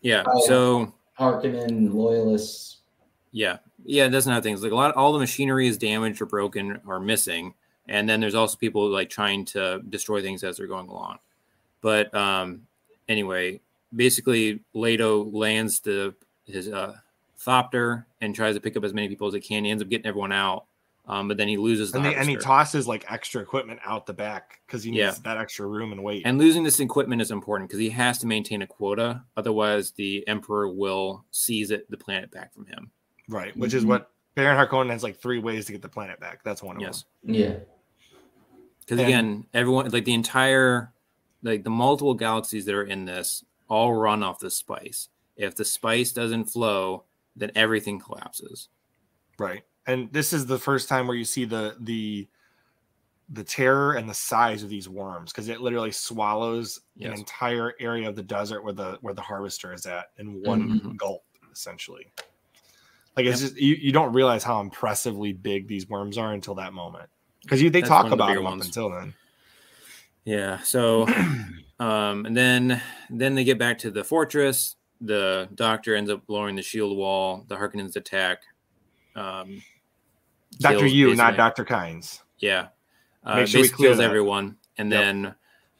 Speaker 1: Yeah,
Speaker 3: Oh, yeah.
Speaker 1: so
Speaker 3: Harkonnen loyalists.
Speaker 1: Yeah, yeah, that's another thing. It's like a lot, all the machinery is damaged or broken or missing, and then there's also people like trying to destroy things as they're going along. But um, anyway, basically, Leto lands the his uh, thopter and tries to pick up as many people as he can. He ends up getting everyone out, um, but then he loses the
Speaker 2: And, they, and he
Speaker 1: harvester.
Speaker 2: tosses like extra equipment out the back because he needs
Speaker 1: Yeah.
Speaker 2: that extra room and weight.
Speaker 1: And losing this equipment is important because he has to maintain a quota, otherwise the emperor will seize it, the planet back from him.
Speaker 2: right,
Speaker 1: Mm-hmm.
Speaker 2: which is
Speaker 3: Mhm.
Speaker 2: what Baron Harkonnen has like three ways to get the planet back. That's one of
Speaker 1: Yes.
Speaker 3: Yeah.
Speaker 1: because
Speaker 2: And-
Speaker 1: again everyone like the entire like the multiple galaxies that are in this all run off the spice if the spice doesn't flow then everything collapses
Speaker 2: them. Right. And this is the first time where you see the the the terror and the size of these worms because it literally swallows
Speaker 1: Yes.
Speaker 2: an entire area of the desert where the where the harvester is at in one
Speaker 1: Mhm.
Speaker 2: gulp essentially like it's just you, you don't realize how impressively big these worms are until that moment because you they
Speaker 1: That's one
Speaker 2: talk
Speaker 1: of the
Speaker 2: about
Speaker 1: bigger
Speaker 2: them
Speaker 1: ones.
Speaker 2: up until then
Speaker 1: yeah so um and then then they get back to the fortress the doctor ends up blowing the shield wall the harkonnens attack um
Speaker 2: dr
Speaker 1: kills
Speaker 2: you not
Speaker 1: basically-
Speaker 2: dr kynes
Speaker 1: yeah uh,
Speaker 2: Make sure we
Speaker 1: basically
Speaker 2: clear
Speaker 1: kills
Speaker 2: that.
Speaker 1: everyone and
Speaker 2: Yep.
Speaker 1: then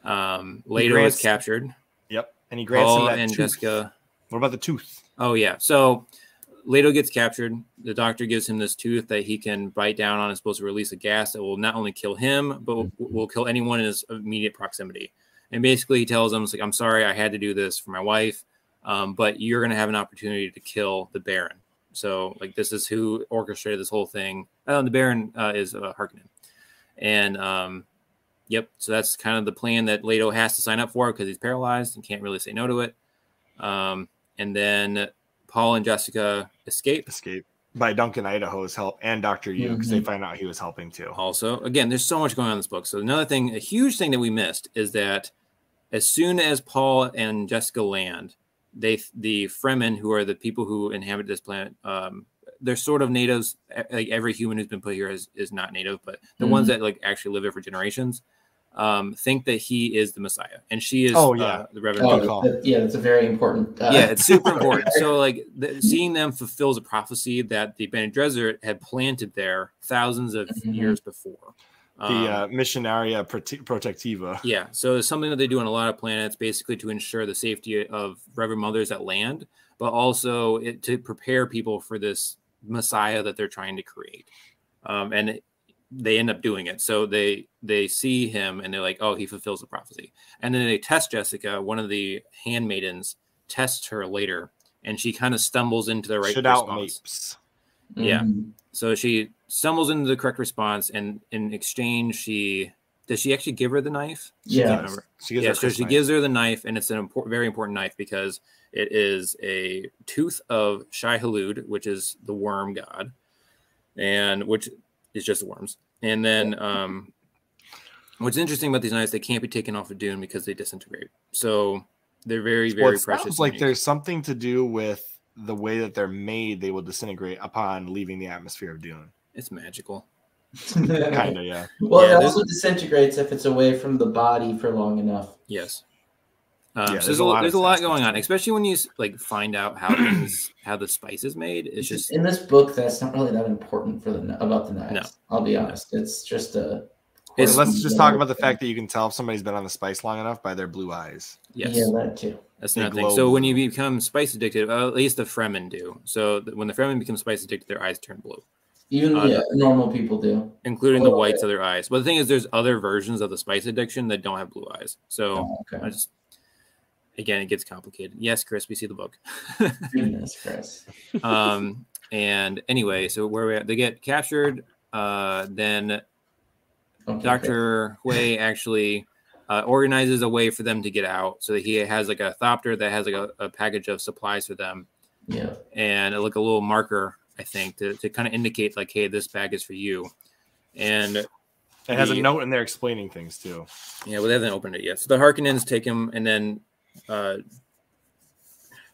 Speaker 1: um later is
Speaker 2: grants-
Speaker 1: captured
Speaker 2: yep and he grants him
Speaker 1: Paul
Speaker 2: that
Speaker 1: Oh, and
Speaker 2: tooth.
Speaker 1: jessica
Speaker 2: what about the tooth
Speaker 1: Oh yeah. So Leto gets captured. The doctor gives him this tooth that he can bite down on. It's supposed to release a gas that will not only kill him, but
Speaker 2: Mm-hmm.
Speaker 1: will, will kill anyone in his immediate proximity. And basically, he tells him, it's like, "I'm sorry, I had to do this for my wife, um, but you're going to have an opportunity to kill the Baron." So, like, this is who orchestrated this whole thing. Oh, and the Baron uh, is uh, Harkonnen, and um, yep. So that's kind of the plan that Leto has to sign up for because he's paralyzed and can't really say no to it. Um, and then Paul and Jessica escape.
Speaker 2: Escape by Duncan Idaho's help and Dr. Yu
Speaker 1: Mm-hmm.
Speaker 2: because they find out he was helping too.
Speaker 1: Also, again, there's so much going on in this book. So another thing, a huge thing that we missed is that as soon as Paul and Jessica land, they the Fremen, who are the people who inhabit this planet, um, they're sort of natives. E- Like every human who's been put here is is not native, but the ones
Speaker 3: Mhm.
Speaker 2: Mm-hmm.
Speaker 1: that like actually live here for generations um, think that he is the Messiah, and she is.
Speaker 2: Oh, yeah.
Speaker 1: uh, the Reverend.
Speaker 3: Oh,
Speaker 1: Mother.
Speaker 2: call.
Speaker 3: that- yeah, that's a very important. Uh,
Speaker 1: yeah, it's super important. So, like, the, seeing them fulfills a prophecy that the Bene Gesserit had planted there thousands of
Speaker 3: Mhm.
Speaker 1: years before.
Speaker 2: Mm-hmm. The
Speaker 1: Um,
Speaker 2: uh, Missionaria Prote- Protectiva.
Speaker 1: yeah, so it's something that they do on a lot of planets, basically to ensure the safety of Reverend Mothers at land, but also it, to prepare people for this Messiah that they're trying to create. Um, and it- they end up doing it. So they they see him and they're like, "Oh, he fulfills the prophecy." And then they test Jessica. One of the handmaidens tests her later, and she kind of stumbles into the right
Speaker 2: Should out
Speaker 1: response.
Speaker 2: mapes.
Speaker 1: yeah.
Speaker 3: mhm.
Speaker 1: So she stumbles into the correct response, and in exchange, she does she actually give her the knife?
Speaker 3: Yeah.
Speaker 1: Can't remember
Speaker 2: She gives
Speaker 1: yeah,
Speaker 2: her
Speaker 1: so
Speaker 2: Chris
Speaker 1: she
Speaker 2: Knight.
Speaker 1: gives her the knife, and it's an important, very important knife because it is a tooth of Shai Halud, which is the worm god, and which is just worms. And then, um, what's interesting about these knives, they can't be taken off of Dune because they disintegrate. So they're very, very
Speaker 2: Well, it
Speaker 1: precious.
Speaker 2: sounds
Speaker 1: and
Speaker 2: like
Speaker 1: unique.
Speaker 2: there's something to do with the way that they're made. They will disintegrate upon leaving the atmosphere of Dune.
Speaker 1: it's magical.
Speaker 2: Kind of, yeah.
Speaker 3: Well,
Speaker 1: Yeah,
Speaker 3: it
Speaker 1: there's-
Speaker 3: also disintegrates if it's away from the body for long enough.
Speaker 1: Yes. Um,
Speaker 2: Yeah,
Speaker 1: so
Speaker 2: there's
Speaker 1: there's,
Speaker 2: a
Speaker 1: a,
Speaker 2: lot of
Speaker 1: there's a lot
Speaker 2: stuff
Speaker 1: going
Speaker 2: that's
Speaker 1: on,
Speaker 2: in it.
Speaker 1: especially when you s- like find out how things how the spice is made. It's just
Speaker 3: in this book that's not really that important for the kn- about the knives.
Speaker 1: No.
Speaker 3: I'll be honest. It's just a.
Speaker 1: It's-
Speaker 2: And let's just talk about the fact that you can tell if somebody's been on the spice long enough by their blue eyes.
Speaker 1: yes.
Speaker 3: Yeah, that too.
Speaker 1: That's
Speaker 2: They
Speaker 1: another thing.
Speaker 2: glow
Speaker 1: So when you
Speaker 2: blue.
Speaker 1: become spice addicted, uh, at least the Fremen do. So th- when the Fremen become spice addicted, their eyes turn blue,
Speaker 3: Even
Speaker 1: Uh,
Speaker 3: yeah, normal people do.
Speaker 1: including the
Speaker 3: Oh,
Speaker 1: whites of their eyes. But the thing is, there's other versions of the spice addiction that don't have blue eyes. So
Speaker 3: Oh,
Speaker 1: I
Speaker 3: okay.
Speaker 1: just, again, it gets complicated. Yes, Chris, we see the book.
Speaker 3: Goodness, Chris.
Speaker 1: um, and anyway, so where we at? they get captured, uh, then
Speaker 3: Okay,
Speaker 1: Dr. Hui actually uh, organizes a way for them to get out. So that he has like a thopter that has like a, a package of supplies for them.
Speaker 3: Chris. Yeah.
Speaker 1: and uh, like a little marker, I think, to, to kind of indicate like, hey, this bag is for you. And
Speaker 2: It has a
Speaker 1: The-
Speaker 2: note in there explaining things too.
Speaker 1: yeah, well, they haven't opened it yet. So the Harkonnens take him, and then uh,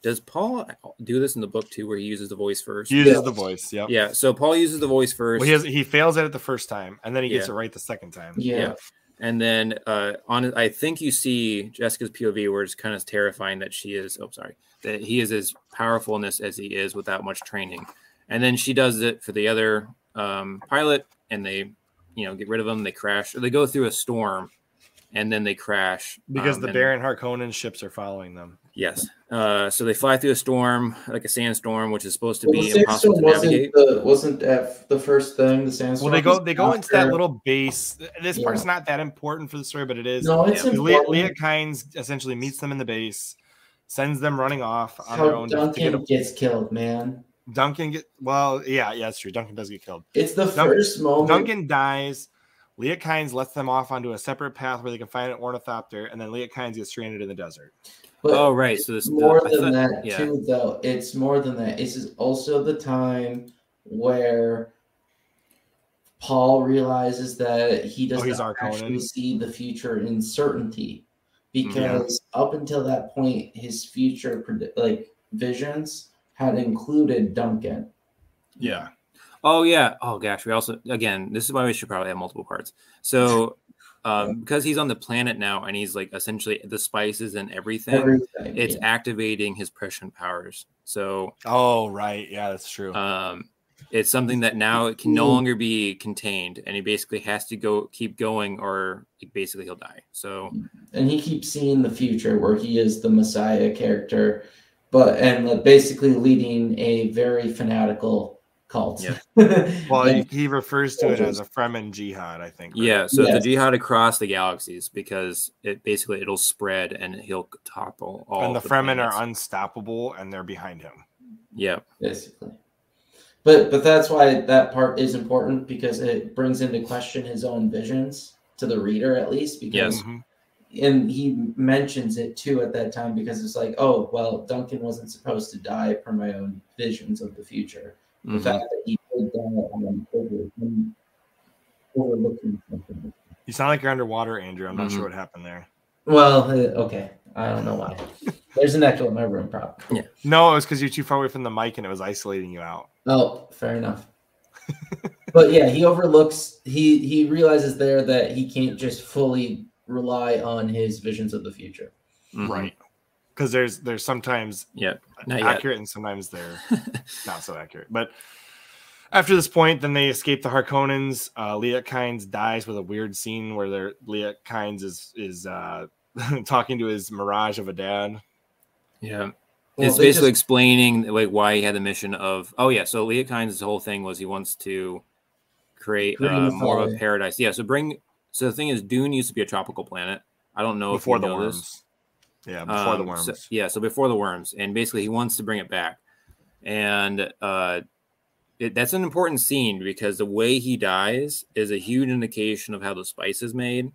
Speaker 1: does Paul do this in the book too, where he uses the voice first?
Speaker 2: He uses
Speaker 3: Yeah.
Speaker 2: the voice. Yep.
Speaker 1: Yeah. So Paul uses the voice first,
Speaker 2: Well, he has, he fails at it the first time, and then he gets
Speaker 1: Yeah.
Speaker 2: it right the second time.
Speaker 3: Yeah.
Speaker 1: Yeah. and then uh, on. I think you see Jessica's POV, where it's kind of terrifying that she is. Oh, sorry, that he is as powerful in this as he is without much training. And then she does it for the other um, pilot, and they, you know, get rid of them. They crash. Or they go through a storm, and then they crash
Speaker 2: Because
Speaker 1: um,
Speaker 2: the
Speaker 1: and-
Speaker 2: Baron Harkonnen ships are following them.
Speaker 1: Yes. Uh, so they fly through a storm, like a sandstorm, which is supposed to
Speaker 3: Well,
Speaker 1: be
Speaker 3: the
Speaker 1: impossible
Speaker 3: sandstorm
Speaker 1: to navigate.
Speaker 3: wasn't the wasn't that the first thing. The
Speaker 2: Well,
Speaker 3: sandstorm.
Speaker 2: they go
Speaker 3: is
Speaker 2: they go into that
Speaker 3: after-
Speaker 2: little base. This
Speaker 3: Yeah.
Speaker 2: part's not that important for the story, but it is.
Speaker 3: No, it's
Speaker 1: Yeah.
Speaker 2: Leah,
Speaker 3: important.
Speaker 2: Leah Kynes essentially meets them in the base, sends them running off on their
Speaker 3: how
Speaker 2: own. to- to
Speaker 3: Duncan
Speaker 2: get a-
Speaker 3: gets killed, man.
Speaker 2: Duncan get well, yeah, yeah, that's true. Duncan does get killed.
Speaker 3: It's the
Speaker 2: Duncan-
Speaker 3: first moment.
Speaker 2: Duncan dies. Leah Kynes lets them off onto a separate path where they can find an ornithopter, and then Leah Kynes gets stranded in the desert.
Speaker 3: but
Speaker 1: Oh, right. So this
Speaker 3: It's more
Speaker 1: I
Speaker 3: than
Speaker 1: thought-
Speaker 3: that
Speaker 1: yeah.
Speaker 3: too though it's more than that this is also the time where paul realizes that he does
Speaker 2: Oh, he's
Speaker 3: not actually
Speaker 2: Arconan.
Speaker 3: see the future in certainty
Speaker 1: Mhm.
Speaker 2: Yeah.
Speaker 3: because up until that point his future predi- like visions had included duncan
Speaker 2: Yeah.
Speaker 1: Oh yeah. Oh gosh. We also again, this is why we should probably have multiple parts. So um because he's on the planet now and he's like essentially the spices and everything,
Speaker 3: everything
Speaker 1: it's
Speaker 3: yeah.
Speaker 1: activating his prescient powers. So
Speaker 2: Oh, right. Yeah, that's true.
Speaker 1: um it's something that now it can no
Speaker 3: Mm.
Speaker 1: longer be contained and he basically has to go keep going or basically he'll die. So
Speaker 3: and he keeps seeing the future where he is the messiah character but and like, basically leading a very fanatical cult
Speaker 1: Yeah.
Speaker 2: well,
Speaker 3: Yeah.
Speaker 2: he, he refers to it as
Speaker 3: soldiers.
Speaker 2: a Fremen jihad, I think. right?
Speaker 1: yeah, so
Speaker 3: Yes.
Speaker 1: the jihad across the galaxies because it basically it'll spread and he'll topple all
Speaker 2: And the,
Speaker 1: of
Speaker 2: Fremen
Speaker 1: planets.
Speaker 2: are unstoppable, and they're behind him.
Speaker 1: yeah.
Speaker 3: basically. But but that's why that part is important because it brings into question his own visions to the reader at least because
Speaker 1: Yes.
Speaker 2: Mhm.
Speaker 3: and he mentions it too at that time because it's like, oh well, Duncan wasn't supposed to die per my own visions of the future. The
Speaker 1: Mhm.
Speaker 3: fact that he did die on over, him overlooking something.
Speaker 2: You sound like you're underwater, Andrew. I'm not
Speaker 1: Mhm.
Speaker 2: sure what happened there.
Speaker 3: Well, uh, okay, I don't know why. There's an echo in my room, probably.
Speaker 2: No, it was because you're too far away from the mic and it was isolating you out.
Speaker 3: Oh, fair enough. but yeah, he overlooks. He he realizes there that he can't just fully rely on his visions of the future.
Speaker 1: Mhm.
Speaker 2: Because there's there's sometimes
Speaker 1: Yeah. Not yet.
Speaker 2: accurate and sometimes they're not so accurate. But after this point, then they escape the Harkonnens. Uh, Leah Kynes dies with a weird scene where they're, Leah Kynes is is uh, talking to his mirage of a dad.
Speaker 1: Yeah.
Speaker 3: Well,
Speaker 1: it's
Speaker 3: they
Speaker 1: basically
Speaker 3: just-
Speaker 1: explaining like why he had the mission of oh yeah so Leah Kynes' whole thing was he wants to create
Speaker 3: Create
Speaker 1: uh, more
Speaker 3: a
Speaker 1: of a
Speaker 3: mythology.
Speaker 1: paradise yeah so bring so the thing is Dune used to be a tropical planet I don't know
Speaker 2: before
Speaker 1: if you
Speaker 2: the
Speaker 1: know
Speaker 2: worms.
Speaker 1: this.
Speaker 2: Yeah, before the
Speaker 1: Um,
Speaker 2: worms.
Speaker 1: so- yeah, so before the worms, and basically he wants to bring it back, and uh, it, that's an important scene because the way he dies is a huge indication of how the spice is made.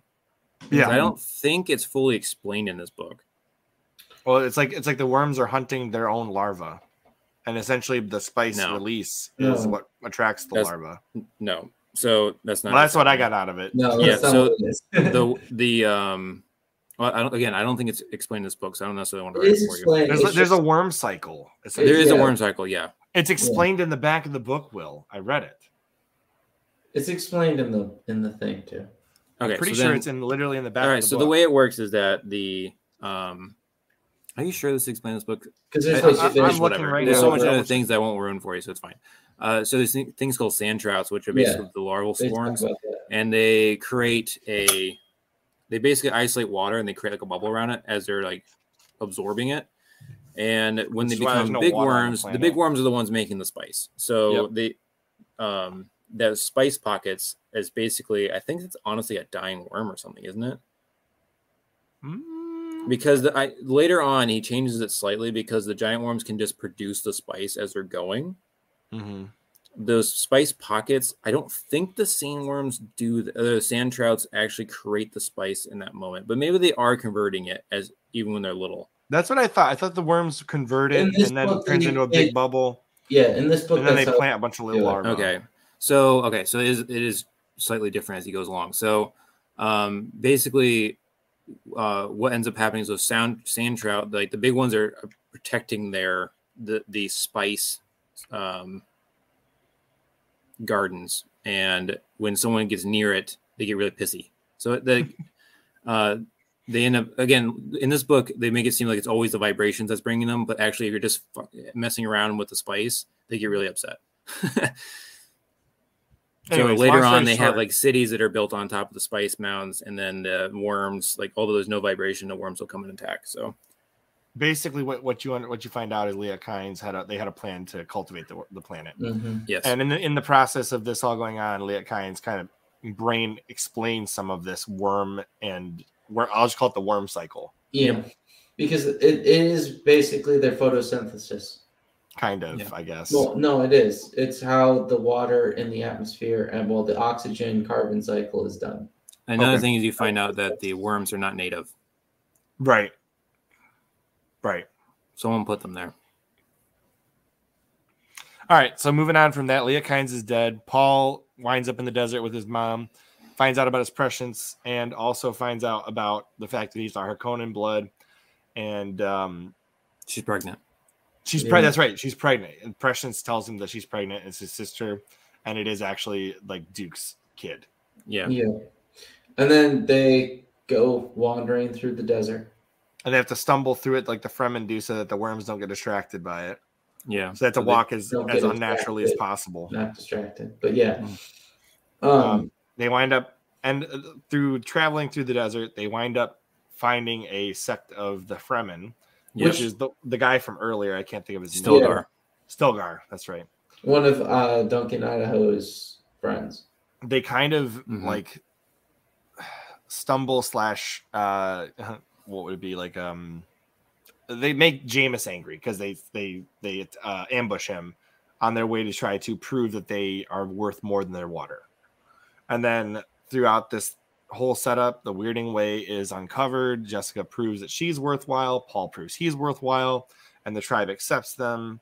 Speaker 2: yeah.
Speaker 1: I don't think it's fully explained in this book.
Speaker 2: Well, it's like it's like the worms are hunting their own larva, and essentially the spice
Speaker 1: No.
Speaker 2: release
Speaker 3: No.
Speaker 2: is what attracts the
Speaker 1: That's
Speaker 2: larva.
Speaker 1: No, so that's not.
Speaker 2: Well, that's what I got out of it.
Speaker 3: No,
Speaker 1: Yeah,
Speaker 3: that's not
Speaker 1: so
Speaker 3: what it is.
Speaker 1: the the um. Well, I don't, again, I don't think it's explained in this book, so I don't necessarily want to.
Speaker 3: It
Speaker 1: read
Speaker 3: is
Speaker 1: for you.
Speaker 3: explained.
Speaker 2: There's
Speaker 3: It's
Speaker 2: a, there's a
Speaker 3: just-
Speaker 2: worm cycle. It's,
Speaker 1: There is a
Speaker 3: Yeah.
Speaker 1: worm cycle, yeah.
Speaker 2: it's explained in the back of the book. Will I read it?
Speaker 3: it's explained in the in the thing too.
Speaker 1: Okay,
Speaker 2: Pretty
Speaker 1: so
Speaker 2: sure
Speaker 1: then-
Speaker 2: it's in literally in the back.
Speaker 1: all
Speaker 2: of
Speaker 1: right.
Speaker 2: the
Speaker 1: So
Speaker 2: book.
Speaker 1: the way it works is that the um, are you sure this explains this book?
Speaker 3: Because
Speaker 1: I-
Speaker 3: there's
Speaker 1: I-
Speaker 3: no
Speaker 1: I'm
Speaker 2: looking
Speaker 3: finish.
Speaker 1: whatever.
Speaker 2: right
Speaker 1: There's
Speaker 3: now.
Speaker 1: so much
Speaker 3: Yeah.
Speaker 1: other things that I won't ruin for you, so it's fine. Uh, so there's thi- things called sand trouts, which are
Speaker 3: Yeah.
Speaker 1: basically the larval
Speaker 3: They talk
Speaker 1: swarms,
Speaker 3: about that.
Speaker 1: and they create a. They basically isolate water and they create like a bubble around it as they're like absorbing it. And when
Speaker 2: Which
Speaker 1: they
Speaker 2: is why there's
Speaker 1: become
Speaker 2: no
Speaker 1: big
Speaker 2: water on the
Speaker 1: worms, the
Speaker 2: planet.
Speaker 1: big worms are the ones making the spice. So they, um, that spice pockets is basically, I think it's honestly a dying worm or something, isn't it?
Speaker 2: Mm,
Speaker 1: because the, I, later on he changes it slightly because the giant worms can just produce the spice as they're going.
Speaker 2: mhm.
Speaker 1: Those spice pockets, I don't think the sand worms do. th- uh, The sand trouts actually create the spice in that moment, but maybe they are converting it as even when they're little.
Speaker 2: that's what I thought. I thought the worms
Speaker 3: In
Speaker 2: converted
Speaker 3: this
Speaker 2: and then
Speaker 3: book,
Speaker 2: turns
Speaker 3: they-
Speaker 2: into a
Speaker 3: they-
Speaker 2: big bubble,
Speaker 3: Yeah, in this book,
Speaker 2: and then they
Speaker 3: that's how-
Speaker 2: plant a bunch of little
Speaker 3: do it.
Speaker 2: larvae.
Speaker 1: Okay, so okay, so it is it is slightly different as he goes along. So, um, basically, uh, what ends up happening is those sound sand trout, like the big ones, are protecting their the the spice um, gardens, and when someone gets near it, they get really pissy. So the uh, they end up again in this book. They make it seem like it's always the vibrations that's bringing them, but actually, if you're just fu- messing around with the spice, they get really upset.
Speaker 2: Anyways,
Speaker 1: so later
Speaker 2: long story
Speaker 1: on, they have
Speaker 2: short,
Speaker 1: like cities that are built on top of the spice mounds, and then the worms, like although there's no vibration, the worms will come and attack. So
Speaker 2: basically what, what you what you find out is Leah Kynes had a they had a plan to cultivate the, the planet.
Speaker 3: Mhm.
Speaker 1: yes,
Speaker 2: And in the in the process of this all going on, Leah Kynes kind of brain explains some of this worm and where I'll just call it the worm cycle,
Speaker 3: Yeah, because it, it is basically their photosynthesis.
Speaker 2: kind of,
Speaker 1: Yeah.
Speaker 2: I guess.
Speaker 3: Well, no, it is. It's how the water in the atmosphere and well, the oxygen carbon cycle is done.
Speaker 1: another
Speaker 2: okay.
Speaker 1: thing is you find out that the worms are not native.
Speaker 2: right. Right.
Speaker 1: Someone put them there.
Speaker 2: All right. So moving on from that, Leah Kynes is dead. Paul winds up in the desert with his mom, finds out about his prescience, and also finds out about the fact that he's on Harkonnen blood. And um,
Speaker 1: She's pregnant.
Speaker 2: She's
Speaker 3: Yeah.
Speaker 2: pregnant. That's right. She's pregnant. And Prescience tells him that she's pregnant. It's his sister, and it is actually like Duke's kid.
Speaker 1: Yeah,
Speaker 3: Yeah, and then they go wandering through the desert.
Speaker 2: And they have to stumble through it like the Fremen do, so that the worms don't get distracted by it.
Speaker 1: yeah.
Speaker 2: So they have to
Speaker 1: So they
Speaker 2: walk as
Speaker 3: don't
Speaker 2: as
Speaker 3: get
Speaker 2: unnaturally as
Speaker 3: distracted.
Speaker 2: possible.
Speaker 3: Not distracted, but yeah. Um,
Speaker 2: Um, They wind up and uh, through traveling through the desert, they wind up finding a sect of the Fremen,
Speaker 1: Yeah.
Speaker 2: which is the the guy from earlier. I can't think of his
Speaker 1: Still
Speaker 2: name.
Speaker 1: there.
Speaker 2: Stilgar. That's right.
Speaker 3: one of uh, Duncan Idaho's friends.
Speaker 2: they kind of
Speaker 1: Mhm.
Speaker 2: like stumble slash uh what would it be like um they make Jameis angry because they they they uh, ambush him on their way to try to prove that they are worth more than their water and then throughout this whole setup, the weirding way is uncovered. Jessica proves that she's worthwhile. Paul proves he's worthwhile, and the tribe accepts them.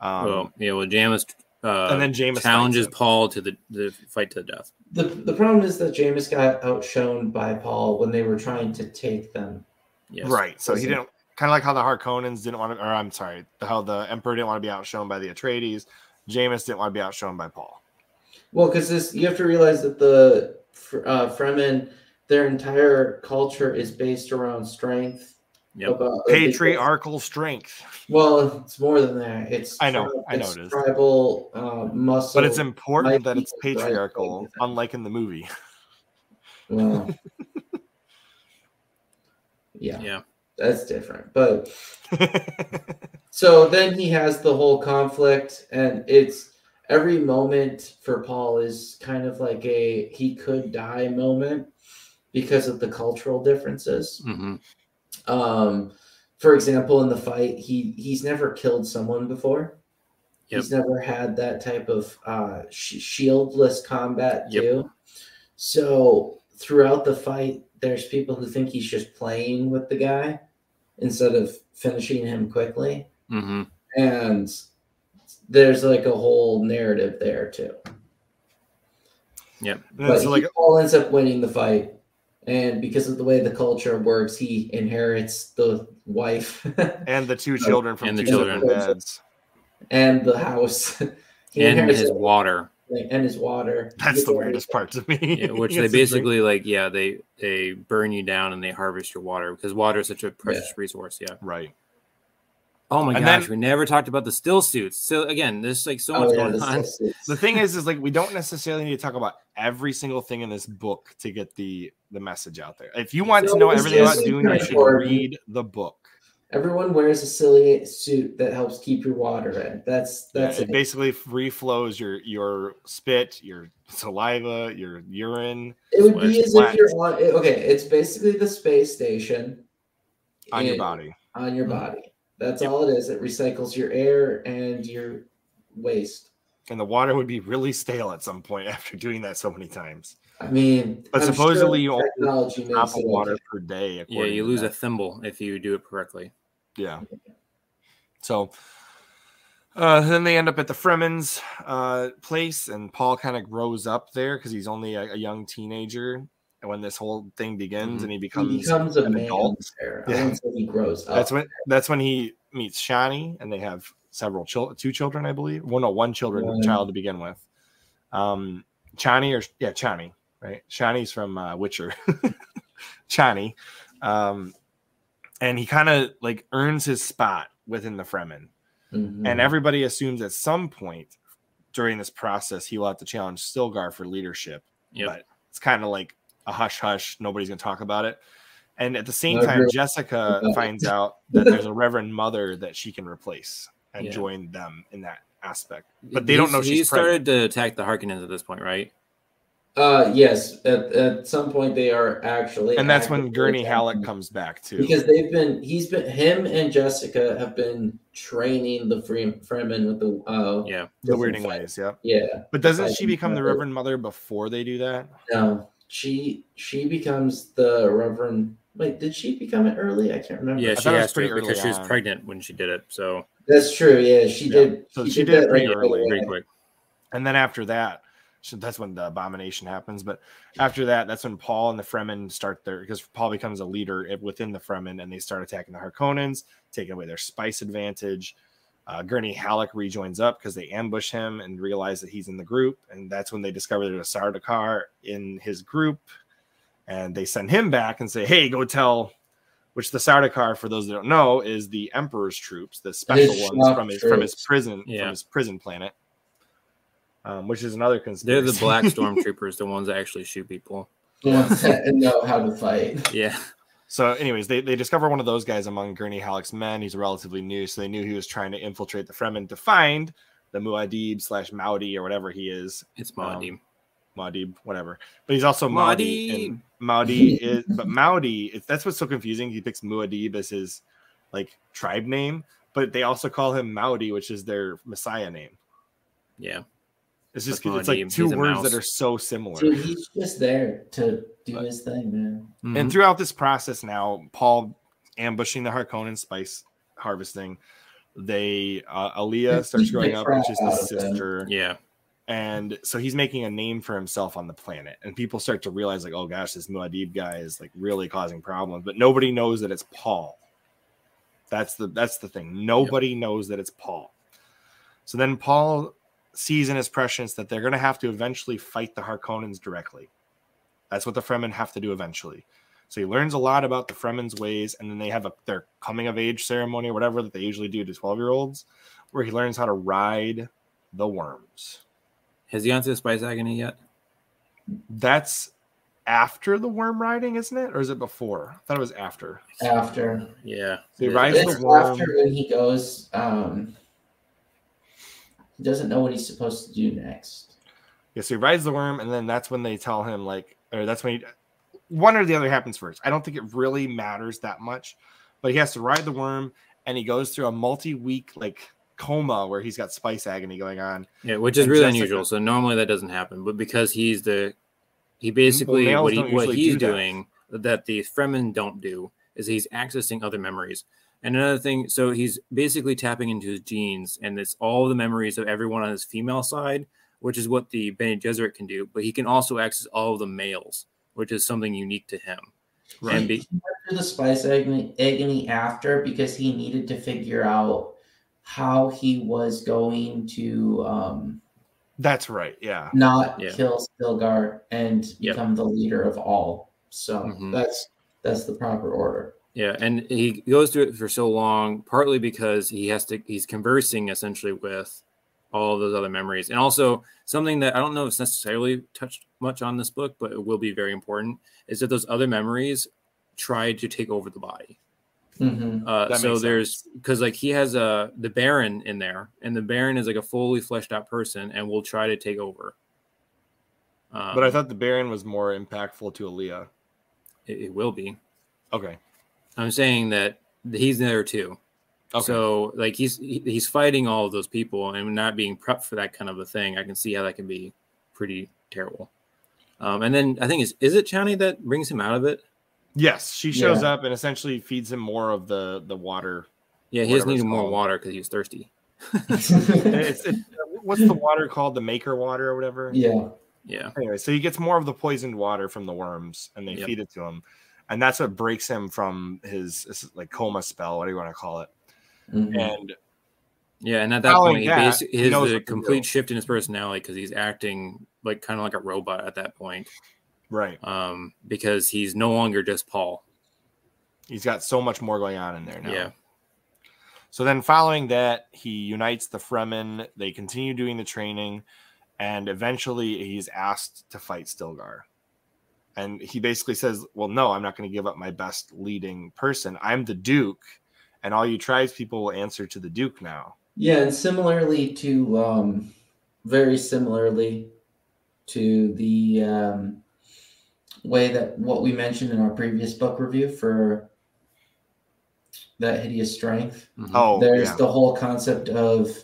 Speaker 2: Um,
Speaker 1: well, yeah, well, Jamis uh,
Speaker 2: and then James
Speaker 1: challenges Paul to the, the fight to the death.
Speaker 3: The, the problem is that Jameis got outshone by Paul when they were trying to take them.
Speaker 1: Yes.
Speaker 2: Right. So he
Speaker 3: Listen.
Speaker 2: didn't kind of like how the Harkonnens didn't want to, or I'm sorry, how the Emperor didn't want to be outshone by the Atreides. Jameis didn't want to be outshone by Paul.
Speaker 3: Well, because this you have to realize that the Fr- uh, Fremen, their entire culture is based around strength.
Speaker 1: Yep.
Speaker 3: About, uh,
Speaker 2: Patriarchal strength,
Speaker 3: Well, it's more than that. It's
Speaker 2: I know, I know
Speaker 3: it's
Speaker 2: it is.
Speaker 3: tribal uh, muscle.
Speaker 2: but it's important
Speaker 3: might
Speaker 2: that
Speaker 3: be
Speaker 2: it's
Speaker 3: the right
Speaker 2: patriarchal,
Speaker 3: thing to do.
Speaker 2: unlike in the movie.
Speaker 3: well, yeah,
Speaker 1: Yeah.
Speaker 3: that's different. But so then he has the whole conflict, and it's every moment for Paul is kind of like a he could die moment because of the cultural differences.
Speaker 1: hmm
Speaker 3: Um, for example, in the fight, he he's never killed someone before.
Speaker 1: Yep.
Speaker 3: He's never had that type of uh, sh- shieldless combat
Speaker 1: Yep.
Speaker 3: too. So throughout the fight, there's people who think he's just playing with the guy instead of finishing him quickly,
Speaker 1: hmm
Speaker 3: and there's like a whole narrative there too.
Speaker 2: And
Speaker 3: But
Speaker 2: it's
Speaker 3: he
Speaker 2: like,
Speaker 3: Paul ends up winning the fight, and because of the way the culture works, he inherits the wife.
Speaker 2: and the two children from
Speaker 1: And
Speaker 2: two
Speaker 1: the
Speaker 2: children.
Speaker 3: children.
Speaker 2: beds.
Speaker 3: and the house He
Speaker 1: And
Speaker 3: inherits
Speaker 1: his
Speaker 3: everything,
Speaker 1: water,
Speaker 3: and his water.
Speaker 2: That's the weirdest part to me.
Speaker 1: yeah, which they
Speaker 2: It's just like-
Speaker 1: basically like. Yeah, they they burn you down and they harvest your water because water is such a precious resource. Yeah.
Speaker 2: right.
Speaker 1: Oh my
Speaker 2: And
Speaker 1: gosh,
Speaker 2: then-
Speaker 1: we never talked about the still suits. So again, there's like so much
Speaker 3: Oh, yeah,
Speaker 1: going
Speaker 3: this
Speaker 1: on.
Speaker 3: is- this
Speaker 2: The
Speaker 3: is-
Speaker 2: thing is, is like we don't necessarily need to talk about every single thing in this book to get the the message out there. If you want
Speaker 3: So
Speaker 2: to know
Speaker 3: this
Speaker 2: everything
Speaker 1: is
Speaker 2: about Dune, you should
Speaker 3: important.
Speaker 2: read the book.
Speaker 3: Everyone wears a silly suit that helps keep your water in. That's that's
Speaker 2: Yeah,
Speaker 3: it.
Speaker 2: it basically free flows your your spit, your saliva, your urine
Speaker 3: It would be
Speaker 1: Sweat.
Speaker 3: as if you're on. it- Okay, it's basically the space station
Speaker 2: on your
Speaker 3: in-
Speaker 2: body.
Speaker 3: On your
Speaker 1: Mhm.
Speaker 3: body. That's
Speaker 2: Mm-hmm. Yep.
Speaker 3: all it is. It recycles your air and your waste.
Speaker 2: And the water would be really stale at some point after doing that so many times.
Speaker 3: I mean,
Speaker 2: But
Speaker 3: I'm sure
Speaker 2: supposedly you only
Speaker 3: technology makes
Speaker 2: Drop of
Speaker 3: it
Speaker 2: water
Speaker 3: okay.
Speaker 2: per day.
Speaker 1: Yeah,
Speaker 2: according
Speaker 1: you
Speaker 2: to
Speaker 1: lose
Speaker 2: that.
Speaker 1: a thimble if you do it correctly.
Speaker 2: Yeah. So uh, then they end up at the Fremen's uh, place, and Paul kind of grows up there because he's only a, a young teenager when this whole thing begins,
Speaker 1: Mhm.
Speaker 2: and he becomes,
Speaker 3: Mm-hmm. He becomes a
Speaker 2: an
Speaker 3: man
Speaker 2: adult.
Speaker 3: there.
Speaker 2: Yeah.
Speaker 3: I wouldn't say he grows up.
Speaker 2: That's when that's when he meets Shani, and they have several children, two children, I believe. Well, no, one children
Speaker 3: One.
Speaker 2: child to begin with. Um, Chani or yeah, Chani, right? Shani's from uh, Witcher. Chani, um, and he kind of like earns his spot within the Fremen.
Speaker 3: Mhm.
Speaker 2: And everybody assumes at some point during this process he will have to challenge Stilgar for leadership.
Speaker 1: Yep.
Speaker 2: But it's kind of like a hush hush. Nobody's going to talk about it. And at the same
Speaker 3: Not
Speaker 2: time,
Speaker 3: really.
Speaker 2: Jessica
Speaker 3: Okay.
Speaker 2: finds out that there's a Reverend Mother that she can replace and
Speaker 1: Yeah.
Speaker 2: join them in that aspect. But they don't
Speaker 1: He's-
Speaker 2: know she's
Speaker 1: he started to attack the Harkonnens at this point, right?
Speaker 3: Uh, yes. At, at some point, they are actually,
Speaker 2: And that's when
Speaker 3: actively
Speaker 2: Gurney Halleck
Speaker 3: attacking.
Speaker 2: comes back too.
Speaker 3: because they've been. He's been. Him and Jessica have been training the Fre- Fremen with the. Uh,
Speaker 1: Yeah.
Speaker 2: the weirding ways, yeah.
Speaker 3: Yeah.
Speaker 2: But doesn't
Speaker 3: Fighting
Speaker 2: she become the
Speaker 3: mother.
Speaker 2: Reverend Mother before they do that?
Speaker 3: No. She she becomes the Reverend. Wait, did she become it early? I can't remember.
Speaker 1: Yeah,
Speaker 2: thought
Speaker 1: she
Speaker 2: it was
Speaker 1: has
Speaker 2: pretty
Speaker 1: to because
Speaker 2: early
Speaker 1: she was
Speaker 2: on.
Speaker 1: pregnant when she did it. So
Speaker 3: that's true. Yeah, she
Speaker 2: Yeah.
Speaker 3: did.
Speaker 2: So she did it
Speaker 3: that
Speaker 2: pretty
Speaker 3: right
Speaker 2: early,
Speaker 3: away.
Speaker 1: pretty quick.
Speaker 2: And then after that, so that's when the abomination happens. But after that, that's when Paul and the Fremen start their because Paul becomes a leader i- within the Fremen and they start attacking the Harkonnens, taking away their spice advantage. Uh, Gurney Halleck rejoins up because they ambush him and realize that he's in the group. And that's when they discover there's a Sardaukar in his group. And they send him back and say, hey, go tell, which the Sardaukar, for those that don't know, is the Emperor's troops, the special ones
Speaker 3: shock
Speaker 2: from his, from his
Speaker 3: troops.
Speaker 2: prison,
Speaker 1: Yeah.
Speaker 2: from his prison planet um, which is another
Speaker 1: They're
Speaker 2: conspiracy.
Speaker 1: the black stormtroopers, the ones that actually shoot people.
Speaker 3: The ones that know how to fight.
Speaker 1: Yeah.
Speaker 2: so, anyways, they, they discover one of those guys among Gurney Halleck's men. He's relatively new, so they knew he was trying to infiltrate the Fremen to find the Muad'Dib slash Maudi or whatever he is,
Speaker 1: It's Maudib.
Speaker 2: Muad'Dib, whatever. But he's also Maudi, Oh, and
Speaker 1: Maudib.
Speaker 2: Maudi is, but Maudi, it, that's what's so confusing. He picks Muad'Dib as his like tribe name, but they also call him Maudi, which is their messiah name.
Speaker 1: Yeah.
Speaker 2: It's just
Speaker 1: That's
Speaker 2: it's
Speaker 1: my
Speaker 2: like
Speaker 1: name.
Speaker 2: two
Speaker 1: He's a
Speaker 2: words
Speaker 1: mouse.
Speaker 2: that are so similar.
Speaker 3: Dude, he's just there to do
Speaker 2: But-
Speaker 3: his thing, man.
Speaker 1: Mm-hmm.
Speaker 2: And throughout this process now, Paul ambushing the Harkonnen spice harvesting, they uh, Aaliyah starts
Speaker 3: beat the
Speaker 2: growing up,
Speaker 3: crap
Speaker 2: which is
Speaker 3: out
Speaker 2: his
Speaker 3: of them.
Speaker 2: sister,
Speaker 1: yeah,
Speaker 2: and so he's making a name for himself on the planet. And people start to realize, like, oh gosh, this Muad'Dib guy is like really causing problems, but nobody knows that it's Paul. That's the that's the thing. Nobody knows that it's Paul. So then Paul sees in his prescience that they're going to have to eventually fight the Harkonnens directly. That's what the Fremen have to do eventually. So he learns a lot about the Fremen's ways, and then they have a, their coming of age ceremony or whatever that they usually do to 12 year olds, where he learns how to ride the worms.
Speaker 1: has he gone through the spice agony yet?
Speaker 2: That's after the worm riding, isn't it? Or is it before? I thought it was after.
Speaker 3: After
Speaker 1: Yeah,
Speaker 2: They
Speaker 1: Yeah.
Speaker 2: rise- Nice
Speaker 3: it's
Speaker 2: little worm.
Speaker 3: after when he goes, um, he doesn't know what he's supposed to do next.
Speaker 2: Yeah, so he rides the worm, and then that's when they tell him, like, or that's when he, one or the other happens first. I don't think it really matters that much, but he has to ride the worm, and he goes through a multi week, like, coma where he's got spice agony going on.
Speaker 1: yeah, which is
Speaker 2: And
Speaker 1: really
Speaker 2: Jessica-
Speaker 1: unusual. So normally that doesn't happen, but because he's the he basically
Speaker 2: males
Speaker 1: what, he,
Speaker 2: don't
Speaker 1: what
Speaker 2: usually
Speaker 1: he's
Speaker 2: do that.
Speaker 1: doing that the Fremen don't do is he's accessing other memories. And another thing, so he's basically tapping into his genes, and it's all the memories of everyone on his female side, which is what the Bene Gesserit can do. But he can also access all of the males, which is something unique to him. And
Speaker 3: He,
Speaker 1: be,
Speaker 3: he went through the spice agony, agony after because he needed to figure out how he was going to um,
Speaker 2: That's right. Yeah.
Speaker 3: not
Speaker 1: Yeah.
Speaker 3: kill Stilgar and
Speaker 1: Yep.
Speaker 3: become the leader of all. So
Speaker 1: Mhm.
Speaker 3: that's that's the proper order.
Speaker 1: Yeah, and he goes through it for so long, partly because he has to he's conversing essentially with all of those other memories. And also something that I don't know if it's necessarily touched much on this book, but it will be very important, is that those other memories try to take over the body.
Speaker 3: Mhm.
Speaker 1: Uh,
Speaker 2: That
Speaker 1: so
Speaker 2: makes
Speaker 1: there's because like he has a the Baron in there, and the Baron is like a fully fleshed out person and will try to take over. Um,
Speaker 2: But I thought the Baron was more impactful to Aaliyah.
Speaker 1: it, it will be.
Speaker 2: Okay.
Speaker 1: I'm saying that he's there too.
Speaker 2: Okay.
Speaker 1: So like he's he- he's fighting all of those people and not being prepped for that kind of a thing. I can see how that can be pretty terrible. Um, and then I think is is it Chani that brings him out of it?
Speaker 2: yes, she shows up and essentially feeds him more of the the water.
Speaker 1: Yeah, he just
Speaker 2: Whatever it's
Speaker 1: needed more
Speaker 2: called.
Speaker 1: water because he was thirsty.
Speaker 2: And it's, it's, what's the water called? The Maker water or whatever.
Speaker 3: yeah.
Speaker 1: Yeah,
Speaker 2: Anyway, so he gets more of the poisoned water from the worms, and they
Speaker 1: Yep.
Speaker 2: feed it to him, and that's what breaks him from his this is like coma spell, whatever you want to call it.
Speaker 3: Mhm.
Speaker 2: And
Speaker 1: yeah. And at that
Speaker 2: Following
Speaker 1: point, he
Speaker 2: that,
Speaker 1: basically
Speaker 2: he
Speaker 1: his
Speaker 2: knows
Speaker 1: the
Speaker 2: what to
Speaker 1: complete
Speaker 2: do.
Speaker 1: shift in his personality because he's acting like kind of like a robot at that point.
Speaker 2: right,
Speaker 1: Um, because he's no longer just Paul.
Speaker 2: he's got so much more going on in there now.
Speaker 1: Yeah.
Speaker 2: So then, following that, he unites the Fremen. They continue doing the training, and eventually, he's asked to fight Stilgar. And he basically says, "Well, no, I'm not going to give up my best leading person. I'm the Duke, and all you tribespeople will answer to the Duke now."
Speaker 3: Yeah, and similarly to um very similarly to the um way that what we mentioned in our previous book review for that hideous strength.
Speaker 1: Mhm.
Speaker 2: Oh,
Speaker 3: Mm-hmm. there's
Speaker 2: yeah.
Speaker 3: the whole concept of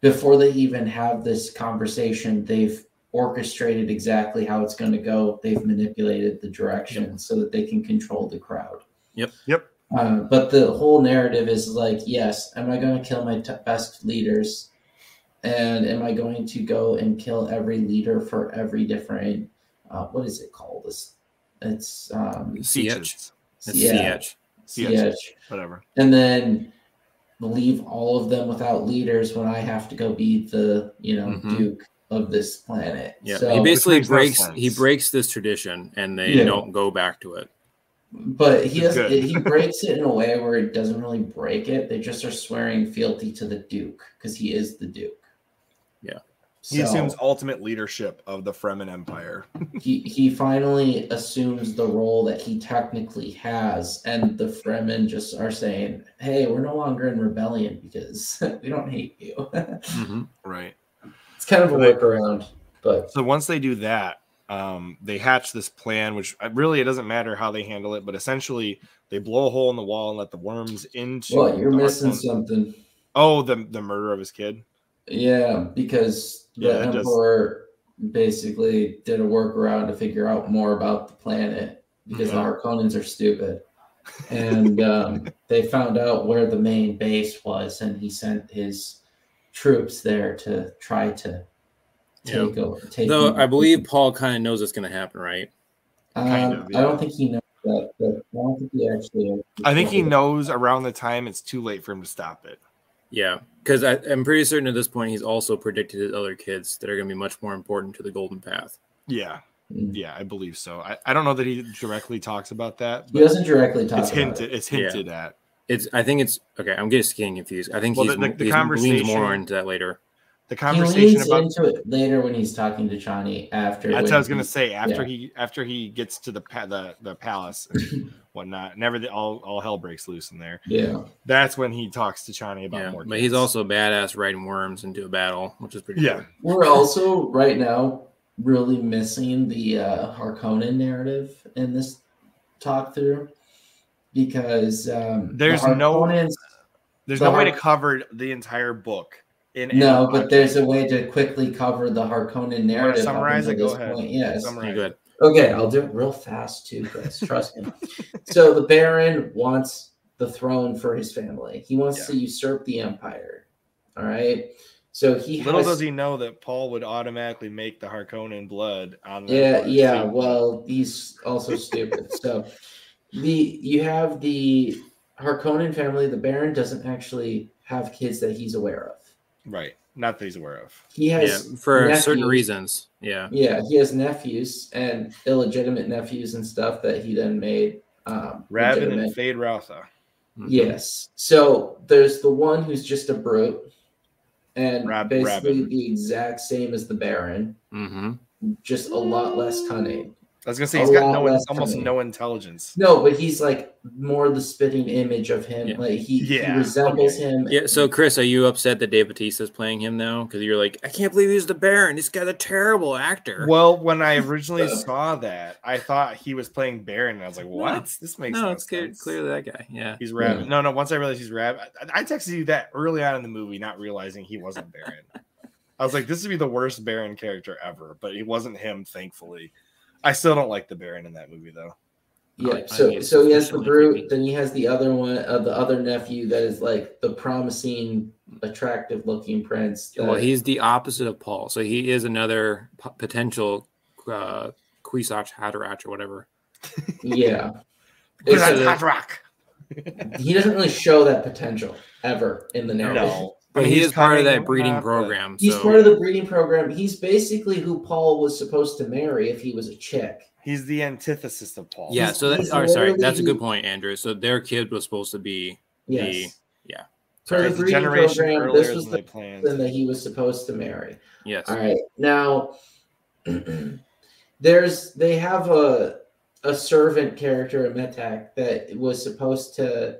Speaker 3: before they even have this conversation, they've orchestrated exactly how it's going to go. They've manipulated the direction so that they can control the crowd.
Speaker 1: Yep.
Speaker 2: Yep.
Speaker 3: Uh, but the whole narrative is like, yes, am I going to kill my t- best leaders? And am I going to go and kill every leader for every different, uh, what is it called? It's, it's um,
Speaker 1: Siege. That's
Speaker 3: yeah,
Speaker 1: CH.
Speaker 2: CH.
Speaker 3: CH
Speaker 2: whatever.
Speaker 3: and then leave all of them without leaders when I have to go be the you know
Speaker 1: Mhm.
Speaker 3: duke of this planet.
Speaker 1: Yeah,
Speaker 3: So,
Speaker 1: he basically
Speaker 2: Which makes no
Speaker 1: breaks he
Speaker 2: sense.
Speaker 1: breaks this tradition, and they
Speaker 3: Yeah.
Speaker 1: don't go back to it.
Speaker 3: but he does
Speaker 2: Good.
Speaker 3: he breaks it in a way where it doesn't really break it. They just are swearing fealty to the duke because he is the duke.
Speaker 1: Yeah.
Speaker 3: So
Speaker 2: He assumes ultimate leadership of the Fremen Empire.
Speaker 3: he he finally assumes the role that he technically has, and the Fremen just are saying, "Hey, we're no longer in rebellion because we don't hate you."
Speaker 1: Mm-hmm.
Speaker 2: Right.
Speaker 3: it's kind of a
Speaker 2: Right.
Speaker 3: workaround, but
Speaker 2: So once they do that, um, they hatch this plan, which uh, really it doesn't matter how they handle it, but essentially they blow a hole in the wall and let the worms into.
Speaker 3: Well, you're
Speaker 2: the
Speaker 3: missing
Speaker 2: Harkonnen-
Speaker 3: something.
Speaker 2: Oh, the the murder of his kid.
Speaker 3: Yeah, because
Speaker 2: Yeah,
Speaker 3: the
Speaker 2: it just-
Speaker 3: Emperor basically did a workaround to figure out more about the planet because
Speaker 2: Yeah.
Speaker 3: the Harkonnens are stupid. And um, they found out where the main base was, and he sent his troops there to try to
Speaker 1: Yeah.
Speaker 3: take over. Take
Speaker 1: Though
Speaker 3: over.
Speaker 1: I believe Paul kind of knows it's going to happen, right?
Speaker 3: Um,
Speaker 2: Kind of,
Speaker 3: I
Speaker 2: yeah.
Speaker 3: don't think he knows that. But I don't think he actually.
Speaker 2: I think he knows around the time it's too late for him to stop it.
Speaker 1: Yeah, because I'm pretty certain at this point he's also predicted his other kids that are going to be much more important to the Golden Path.
Speaker 2: Yeah,
Speaker 3: Mm.
Speaker 2: yeah, I believe so. I, I don't know that he directly talks about that,
Speaker 3: He
Speaker 2: but
Speaker 3: doesn't directly talk.
Speaker 2: it's
Speaker 3: about it.
Speaker 2: hinted. It's hinted at.
Speaker 1: It's I think it's okay. I'm just getting confused. I think
Speaker 2: Well,
Speaker 1: he's,
Speaker 2: the- the- the
Speaker 1: he's leans more
Speaker 2: conversation-
Speaker 1: into that later.
Speaker 2: The
Speaker 3: he
Speaker 2: conversation
Speaker 3: leans
Speaker 2: about
Speaker 3: into it later when he's talking to Chani after.
Speaker 2: That's
Speaker 3: when
Speaker 2: what I was
Speaker 3: he-
Speaker 2: gonna say. After he after he gets to the pa- the the palace and whatnot, and everything all all hell breaks loose in there.
Speaker 3: Yeah,
Speaker 2: That's when he talks to Chani about
Speaker 1: Yeah,
Speaker 2: more.
Speaker 1: but he's
Speaker 2: kids.
Speaker 1: also badass riding worms into a battle, which is pretty.
Speaker 2: yeah
Speaker 1: cool.
Speaker 3: we're also right now really missing the uh, Harkonnen narrative in this talk through because um,
Speaker 2: There's
Speaker 3: the
Speaker 2: no-
Speaker 3: Harkonnens-
Speaker 2: There's
Speaker 3: The
Speaker 2: no way to
Speaker 3: Har-
Speaker 2: cover the entire book in any
Speaker 3: No, but
Speaker 2: podcast.
Speaker 3: there's a way to quickly cover the Harkonnen narrative. up
Speaker 2: summarize it?
Speaker 3: until
Speaker 2: Go
Speaker 3: this
Speaker 2: ahead.
Speaker 3: point, Yes.
Speaker 2: Summarize.
Speaker 1: Pretty good.
Speaker 3: Okay, I'll do it real fast too, guys. Trust me. So the Baron wants the throne for his family. He wants to usurp the empire. All right. So he
Speaker 2: Little
Speaker 3: has,
Speaker 2: does he know that Paul would automatically make the Harkonnen blood on. the-
Speaker 3: Yeah, yeah.
Speaker 2: See?
Speaker 3: Well, he's also stupid. So the you have the Harkonnen family. The Baron doesn't actually have kids that he's aware of.
Speaker 2: right. Not that he's aware of.
Speaker 3: He has
Speaker 1: yeah, for certain
Speaker 3: nephews.
Speaker 1: reasons. Yeah,
Speaker 3: Yeah, he has nephews and illegitimate nephews and stuff that he then made. Um,
Speaker 2: Raven
Speaker 3: legitimate.
Speaker 2: and Fade Routha. Hmm.
Speaker 1: Mhm.
Speaker 3: Yes. So there's the one who's just a brute and
Speaker 2: Rab-
Speaker 3: basically
Speaker 2: Rabin.
Speaker 3: the exact same as the Baron,
Speaker 1: Mhm.
Speaker 3: just a lot less cunning.
Speaker 2: I was gonna say
Speaker 3: A
Speaker 2: he's got
Speaker 3: lot
Speaker 2: no,
Speaker 3: less
Speaker 2: almost
Speaker 3: cunning.
Speaker 2: no intelligence.
Speaker 3: No, but he's like more the spitting image of him.
Speaker 1: Yeah.
Speaker 3: Like he, he
Speaker 2: Yeah.
Speaker 3: resembles
Speaker 2: Okay.
Speaker 3: him.
Speaker 1: Yeah. So, Chris, are you upset that Dave Bautista is playing him now? Because you're like, I can't believe he's the Baron. This guy's a terrible actor.
Speaker 2: Well, when I originally
Speaker 3: Uh,
Speaker 2: saw that, I thought he was playing Baron, and I was like, "What? this makes
Speaker 1: no,
Speaker 2: no
Speaker 1: it's clear,
Speaker 2: sense."
Speaker 1: clearly that guy. Yeah.
Speaker 2: he's Raven. No, no. Once I realized he's Raven, I, I texted you that early on in the movie, not realizing he wasn't Baron. I was like, "This would be the worst Baron character ever," but it wasn't him, thankfully. I still don't like the Baron in that movie, though.
Speaker 3: Yeah.
Speaker 1: I think
Speaker 3: So
Speaker 1: it's
Speaker 3: so he has the
Speaker 1: sufficiently
Speaker 3: brute,
Speaker 1: creepy.
Speaker 3: then he has the other one uh, the other nephew that is like the promising, attractive looking prince.
Speaker 1: well,
Speaker 3: that-
Speaker 1: he's the opposite of Paul, so he is another p- potential uh, Quisach Haderach or whatever.
Speaker 3: yeah.
Speaker 2: Because
Speaker 3: It's
Speaker 2: I'm
Speaker 3: a-
Speaker 2: hot rock.
Speaker 3: he doesn't really show that potential ever in the narrative.
Speaker 2: No,
Speaker 1: But
Speaker 2: I mean,
Speaker 1: he
Speaker 2: he's
Speaker 1: is part of
Speaker 2: cunning and
Speaker 1: that breeding
Speaker 2: whatnot, but-
Speaker 1: program.
Speaker 3: He's
Speaker 1: so
Speaker 3: part of the breeding program. He's basically who Paul was supposed to marry if he was a chick.
Speaker 2: He's the antithesis of Paul.
Speaker 1: yeah.
Speaker 3: he's-
Speaker 1: So that's
Speaker 3: he's
Speaker 1: oh, sorry, that's a
Speaker 3: literally-
Speaker 1: good point, Andrew. So their kid was supposed to be
Speaker 3: Yes.
Speaker 1: He- yeah.
Speaker 3: So the
Speaker 2: It's a
Speaker 3: breeding
Speaker 2: generation
Speaker 3: program,
Speaker 2: earlier
Speaker 3: this was
Speaker 2: than
Speaker 3: the
Speaker 2: they planned.
Speaker 3: person that he was supposed to marry.
Speaker 1: yes.
Speaker 3: All right. Now there's they have a a servant character in Metak that was supposed to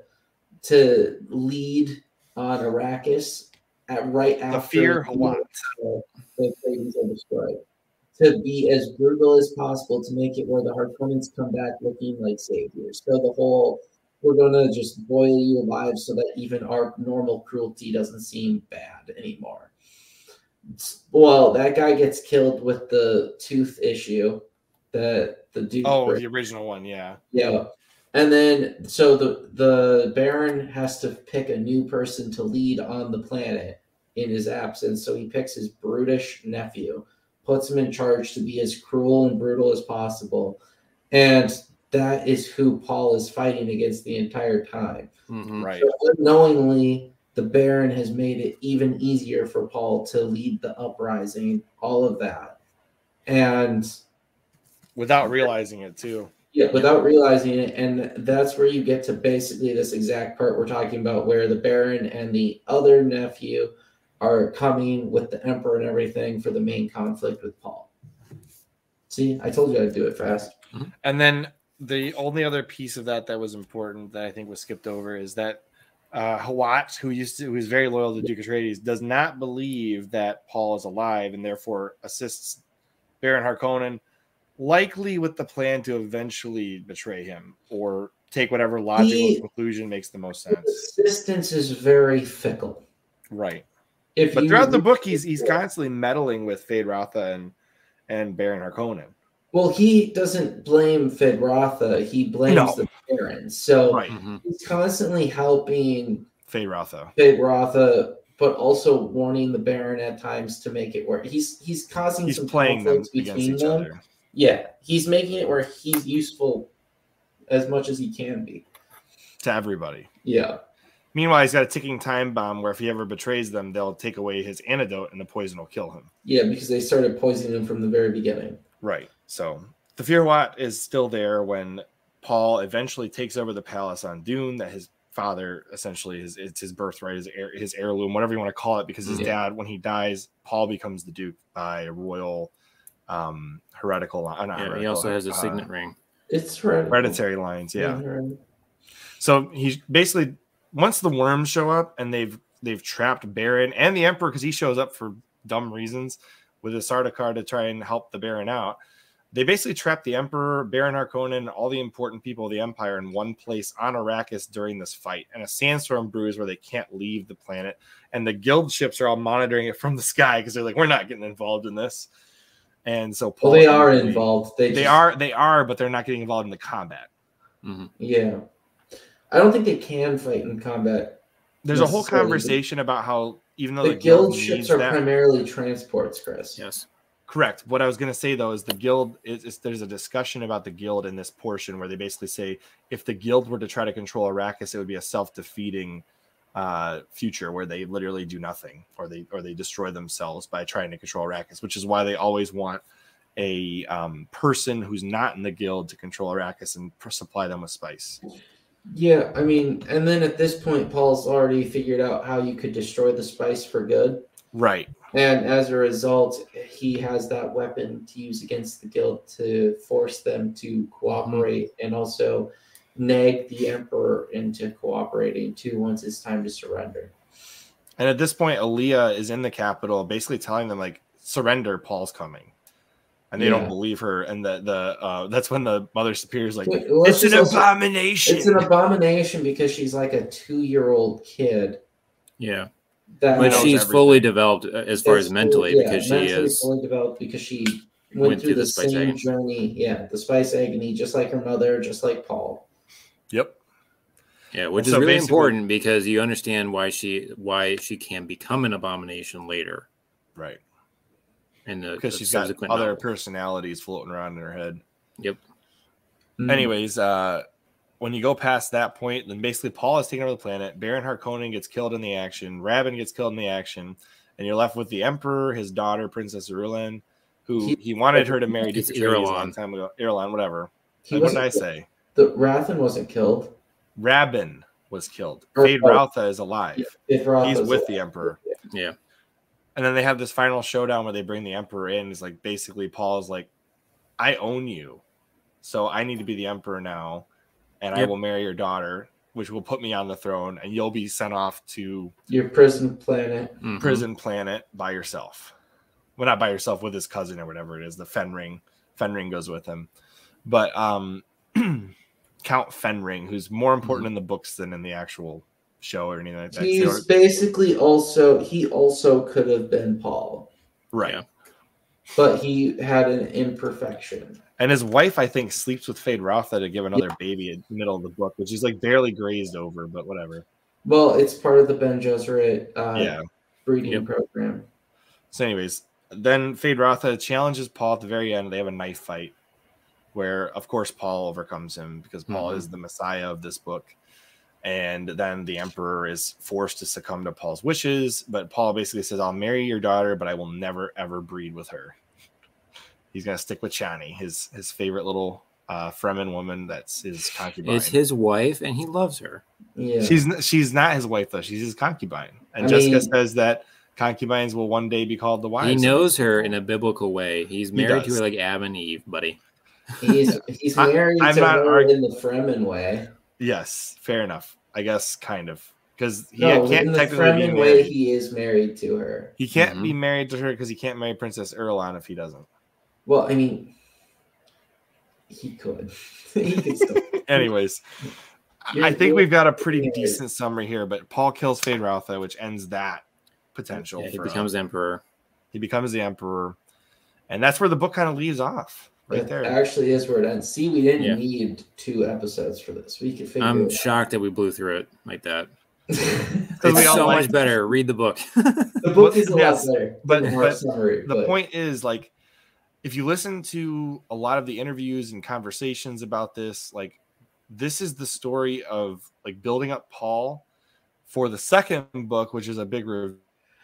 Speaker 3: to lead on Arrakis at right after
Speaker 2: the fear
Speaker 3: he
Speaker 2: Hawat.
Speaker 3: the Cravens are destroyed. To be as brutal as possible to make it where the Harkonnens come back looking like saviors. So the whole we're gonna just boil you alive so that even our normal cruelty doesn't seem bad anymore. It's- Well, that guy gets killed with the tooth issue. The the dude.
Speaker 2: Oh, the original one, yeah.
Speaker 3: Yeah. And then so the the Baron has to pick a new person to lead on the planet in his absence. So he picks his brutish nephew, puts him in charge to be as cruel and brutal as possible. And that is who Paul is fighting against the entire time.
Speaker 1: Mhm.
Speaker 2: Right.
Speaker 3: So unknowingly, the Baron has made it even easier for Paul to lead the uprising, all of that. And
Speaker 2: Without realizing it too.
Speaker 3: yeah, without realizing it, and that's where you get to basically this exact part we're talking about, where the Baron and the other nephew are coming with the Emperor and everything for the main conflict with Paul. See, I told you I'd do it fast.
Speaker 2: And then the only other piece of that that was important that I think was skipped over is that uh, Hawat, who used to, who is very loyal to Duke Atreides, does not believe that Paul is alive and therefore assists Baron Harkonnen, likely with the plan to eventually betray him or take whatever logical
Speaker 3: He-
Speaker 2: conclusion makes the most sense.
Speaker 3: Resistance is very fickle.
Speaker 2: Right.
Speaker 3: If
Speaker 2: But
Speaker 3: you
Speaker 2: throughout the
Speaker 3: read
Speaker 2: book, he's he's
Speaker 3: before-
Speaker 2: constantly meddling with Fade Rotha and and Baron Harkonnen.
Speaker 3: Well, he doesn't blame Fedratha. He blames
Speaker 2: No.
Speaker 3: the parents. So
Speaker 2: Right,
Speaker 1: Mhm.
Speaker 3: he's constantly helping
Speaker 2: Fade Rotha.
Speaker 3: Fedratha, but also warning the Baron at times to make it work. He's he's causing
Speaker 2: He's
Speaker 3: some
Speaker 2: playing them
Speaker 3: conflicts
Speaker 2: against
Speaker 3: between
Speaker 2: each
Speaker 3: them.
Speaker 2: other.
Speaker 3: Yeah, he's making it where he's useful as much as he can be.
Speaker 2: to everybody.
Speaker 3: Yeah.
Speaker 2: Meanwhile, he's got a ticking time bomb where if he ever betrays them, they'll take away his antidote and the poison will kill him.
Speaker 3: Yeah, because they started poisoning him from the very beginning.
Speaker 2: Right. So the fear watt is still there when Paul eventually takes over the palace on Dune that his father essentially is it's his birthright, his heir, his heirloom, whatever you want to call it, because his
Speaker 1: Yeah.
Speaker 2: dad, when he dies, Paul becomes the duke by a royal um heretical line. not
Speaker 1: Yeah, he
Speaker 2: heretical,
Speaker 1: also has a Mm-hmm.
Speaker 2: uh,
Speaker 1: signet ring.
Speaker 3: It's heretical.
Speaker 2: hereditary lines, yeah.
Speaker 3: Hereditary.
Speaker 2: So he's basically once the worms show up and they've they've trapped Baron and the Emperor because he shows up for dumb reasons with his Sardaukar to try and help the Baron out. They basically trap the Emperor, Baron Harkonnen, all the important people of the Empire in one place on Arrakis during this fight, and a sandstorm brews where they can't leave the planet. And the guild ships are all monitoring it from the sky because they're like, we're not getting involved in this. And so,
Speaker 3: Well, they
Speaker 2: Paul-
Speaker 3: are involved. They,
Speaker 2: They
Speaker 3: just-
Speaker 2: are, they are, but they're not getting involved in the combat.
Speaker 1: Mhm.
Speaker 3: Yeah. I don't think they can fight in combat.
Speaker 2: There's a whole
Speaker 3: necessarily.
Speaker 2: conversation about how even though
Speaker 3: The, guild ships
Speaker 2: needs
Speaker 3: are
Speaker 2: that-
Speaker 3: primarily transports, Chris.
Speaker 1: Yes.
Speaker 2: correct. What I was going to say though is the guild is, is there's a discussion about the guild in this portion where they basically say if the guild were to try to control Arrakis, it would be a self defeating uh, future where they literally do nothing or they or they destroy themselves by trying to control Arrakis, which is why they always want a um, person who's not in the guild to control Arrakis and pr- supply them with spice.
Speaker 3: Yeah, I mean, and then at this point, Paul's already figured out how you could destroy the spice for good.
Speaker 2: Right.
Speaker 3: And as a result, he has that weapon to use against the guild to force them to cooperate and also nag the emperor into cooperating too once it's time to surrender.
Speaker 2: And at this point, Aaliyah is in the capital, basically telling them like, "Surrender, Paul's coming," and they
Speaker 3: Yeah.
Speaker 2: don't believe her. And the the uh, that's when the mother superior is like,
Speaker 3: Wait, let's
Speaker 2: "It's an
Speaker 3: just also-
Speaker 2: abomination."
Speaker 3: it's an abomination because she's like a two year old kid.
Speaker 1: Yeah.
Speaker 3: That
Speaker 1: But
Speaker 2: knows
Speaker 1: she's
Speaker 2: everything.
Speaker 1: fully developed uh, as far as
Speaker 3: That's-
Speaker 1: mentally
Speaker 3: yeah,
Speaker 1: because she
Speaker 3: mentally
Speaker 1: is.
Speaker 3: fully developed because she went, through, the,
Speaker 1: spice
Speaker 3: same
Speaker 1: agony.
Speaker 3: journey. Yeah, the spice agony, just like her mother, just like Paul.
Speaker 2: yep.
Speaker 1: Yeah, which
Speaker 2: And
Speaker 1: is
Speaker 2: so
Speaker 1: really
Speaker 2: basically-
Speaker 1: important because you understand why she why she can become an abomination later
Speaker 2: Right.
Speaker 1: in the
Speaker 2: Because
Speaker 1: the
Speaker 2: she's got other
Speaker 1: subsequent novel.
Speaker 2: personalities floating around in her head.
Speaker 3: Mm-hmm.
Speaker 2: Mm-hmm.
Speaker 3: Mm.
Speaker 2: Anyways, uh, when you go past that point, then basically Paul is taking over the planet. Baron Harkonnen gets killed in the action. Rabin gets killed in the action, and you're left with the Emperor, his daughter, Princess Irulan, who he,
Speaker 3: He-
Speaker 2: wanted her to marry.
Speaker 1: It's
Speaker 2: Duke Atreides a long
Speaker 1: Irulan.
Speaker 2: time ago. Irulan, whatever.
Speaker 3: he
Speaker 2: What did
Speaker 3: wasn't,
Speaker 2: I say?
Speaker 3: The Rathan wasn't killed.
Speaker 2: Rabin was killed.
Speaker 3: Or- uh,
Speaker 2: Fade
Speaker 3: oh.
Speaker 2: Routha is alive.
Speaker 3: If Rathan
Speaker 2: He's
Speaker 3: was
Speaker 2: with
Speaker 3: alive.
Speaker 2: the Emperor.
Speaker 1: Yeah.
Speaker 2: And then they have this final showdown where they bring the Emperor in. It's like basically Paul's like, I own you. So I need to be the Emperor now. And I
Speaker 1: Yep.
Speaker 2: will marry your daughter, which will put me on the throne. And you'll be sent off to
Speaker 3: your prison planet.
Speaker 1: Mhm.
Speaker 2: prison planet by yourself. Well, not by yourself, with his cousin or whatever it is. The Fenring. Fenring goes with him. But um Count Fenring, who's more important in the books than in the actual show or anything like that. See what-
Speaker 3: He's basically also he also could have been Paul,
Speaker 2: Right.
Speaker 1: Yeah.
Speaker 3: but he had an imperfection.
Speaker 2: And his wife, I think, sleeps with Fade Routha to give another baby in the middle of the book, which is like barely grazed over, but whatever.
Speaker 3: Well, it's part of the Ben Gesserit uh,
Speaker 2: yeah.
Speaker 3: breeding
Speaker 1: Yep.
Speaker 3: program.
Speaker 2: So, anyways, then Fade Rotha challenges Paul at the very end. They have a knife fight where, of course, Paul overcomes him because Paul
Speaker 1: Mhm.
Speaker 2: is the messiah of this book. And then the emperor is forced to succumb to Paul's wishes. But Paul basically says, I'll marry your daughter, but I will never, ever breed with her. He's going to stick with Shani, his, his favorite little uh, Fremen woman that's his concubine.
Speaker 1: It's his wife and he loves her.
Speaker 3: Yeah.
Speaker 2: She's n- she's not his wife though. She's his concubine. And
Speaker 3: I
Speaker 2: Jessica
Speaker 3: mean-
Speaker 2: says that concubines will one day be called the wives.
Speaker 1: he
Speaker 2: of
Speaker 1: knows
Speaker 2: these
Speaker 1: her in
Speaker 2: people.
Speaker 1: a biblical way. He's
Speaker 2: He
Speaker 1: married to
Speaker 2: does.
Speaker 1: her like Adam and Eve, buddy.
Speaker 3: He's he's
Speaker 2: I-
Speaker 3: married
Speaker 2: I'm
Speaker 3: to
Speaker 2: not
Speaker 3: her
Speaker 2: argu-
Speaker 3: in the Fremen way.
Speaker 2: Yes, fair enough. I guess kind of because he
Speaker 3: no, in
Speaker 2: can't
Speaker 3: the
Speaker 2: technically be
Speaker 3: Fremen way,
Speaker 2: married. He,
Speaker 3: he is married to her.
Speaker 2: can't
Speaker 1: Mm-hmm.
Speaker 2: be married to her because he can't marry Princess Erlon if he doesn't.
Speaker 3: Well, I mean, he could. he could still.
Speaker 2: Anyways, I- I
Speaker 3: You're-
Speaker 2: think
Speaker 3: you're-
Speaker 2: we've got a pretty
Speaker 3: you're-
Speaker 2: decent summary here. But Paul kills Fade Routha, which ends that potential.
Speaker 1: Yeah, he
Speaker 2: for us.
Speaker 1: becomes emperor.
Speaker 2: he becomes the emperor, and that's where the book kind of leaves off right
Speaker 3: That
Speaker 2: there.
Speaker 3: actually is where it ends. See, we didn't
Speaker 1: Yeah. Um,
Speaker 3: need two episodes for this. We could figure
Speaker 1: I'm
Speaker 3: it
Speaker 1: shocked that we blew through it like that.
Speaker 3: out.
Speaker 2: 'Cause we
Speaker 1: It's
Speaker 2: all
Speaker 1: so
Speaker 2: like-
Speaker 1: much better. Read the book.
Speaker 3: the book is a
Speaker 2: Yes,
Speaker 3: lot better.
Speaker 2: but-
Speaker 3: than our
Speaker 2: but
Speaker 3: summary,
Speaker 2: the
Speaker 3: but-
Speaker 2: point is like if you listen to a lot of the interviews and conversations about this like this is the story of like building up paul for the second book which is a big re-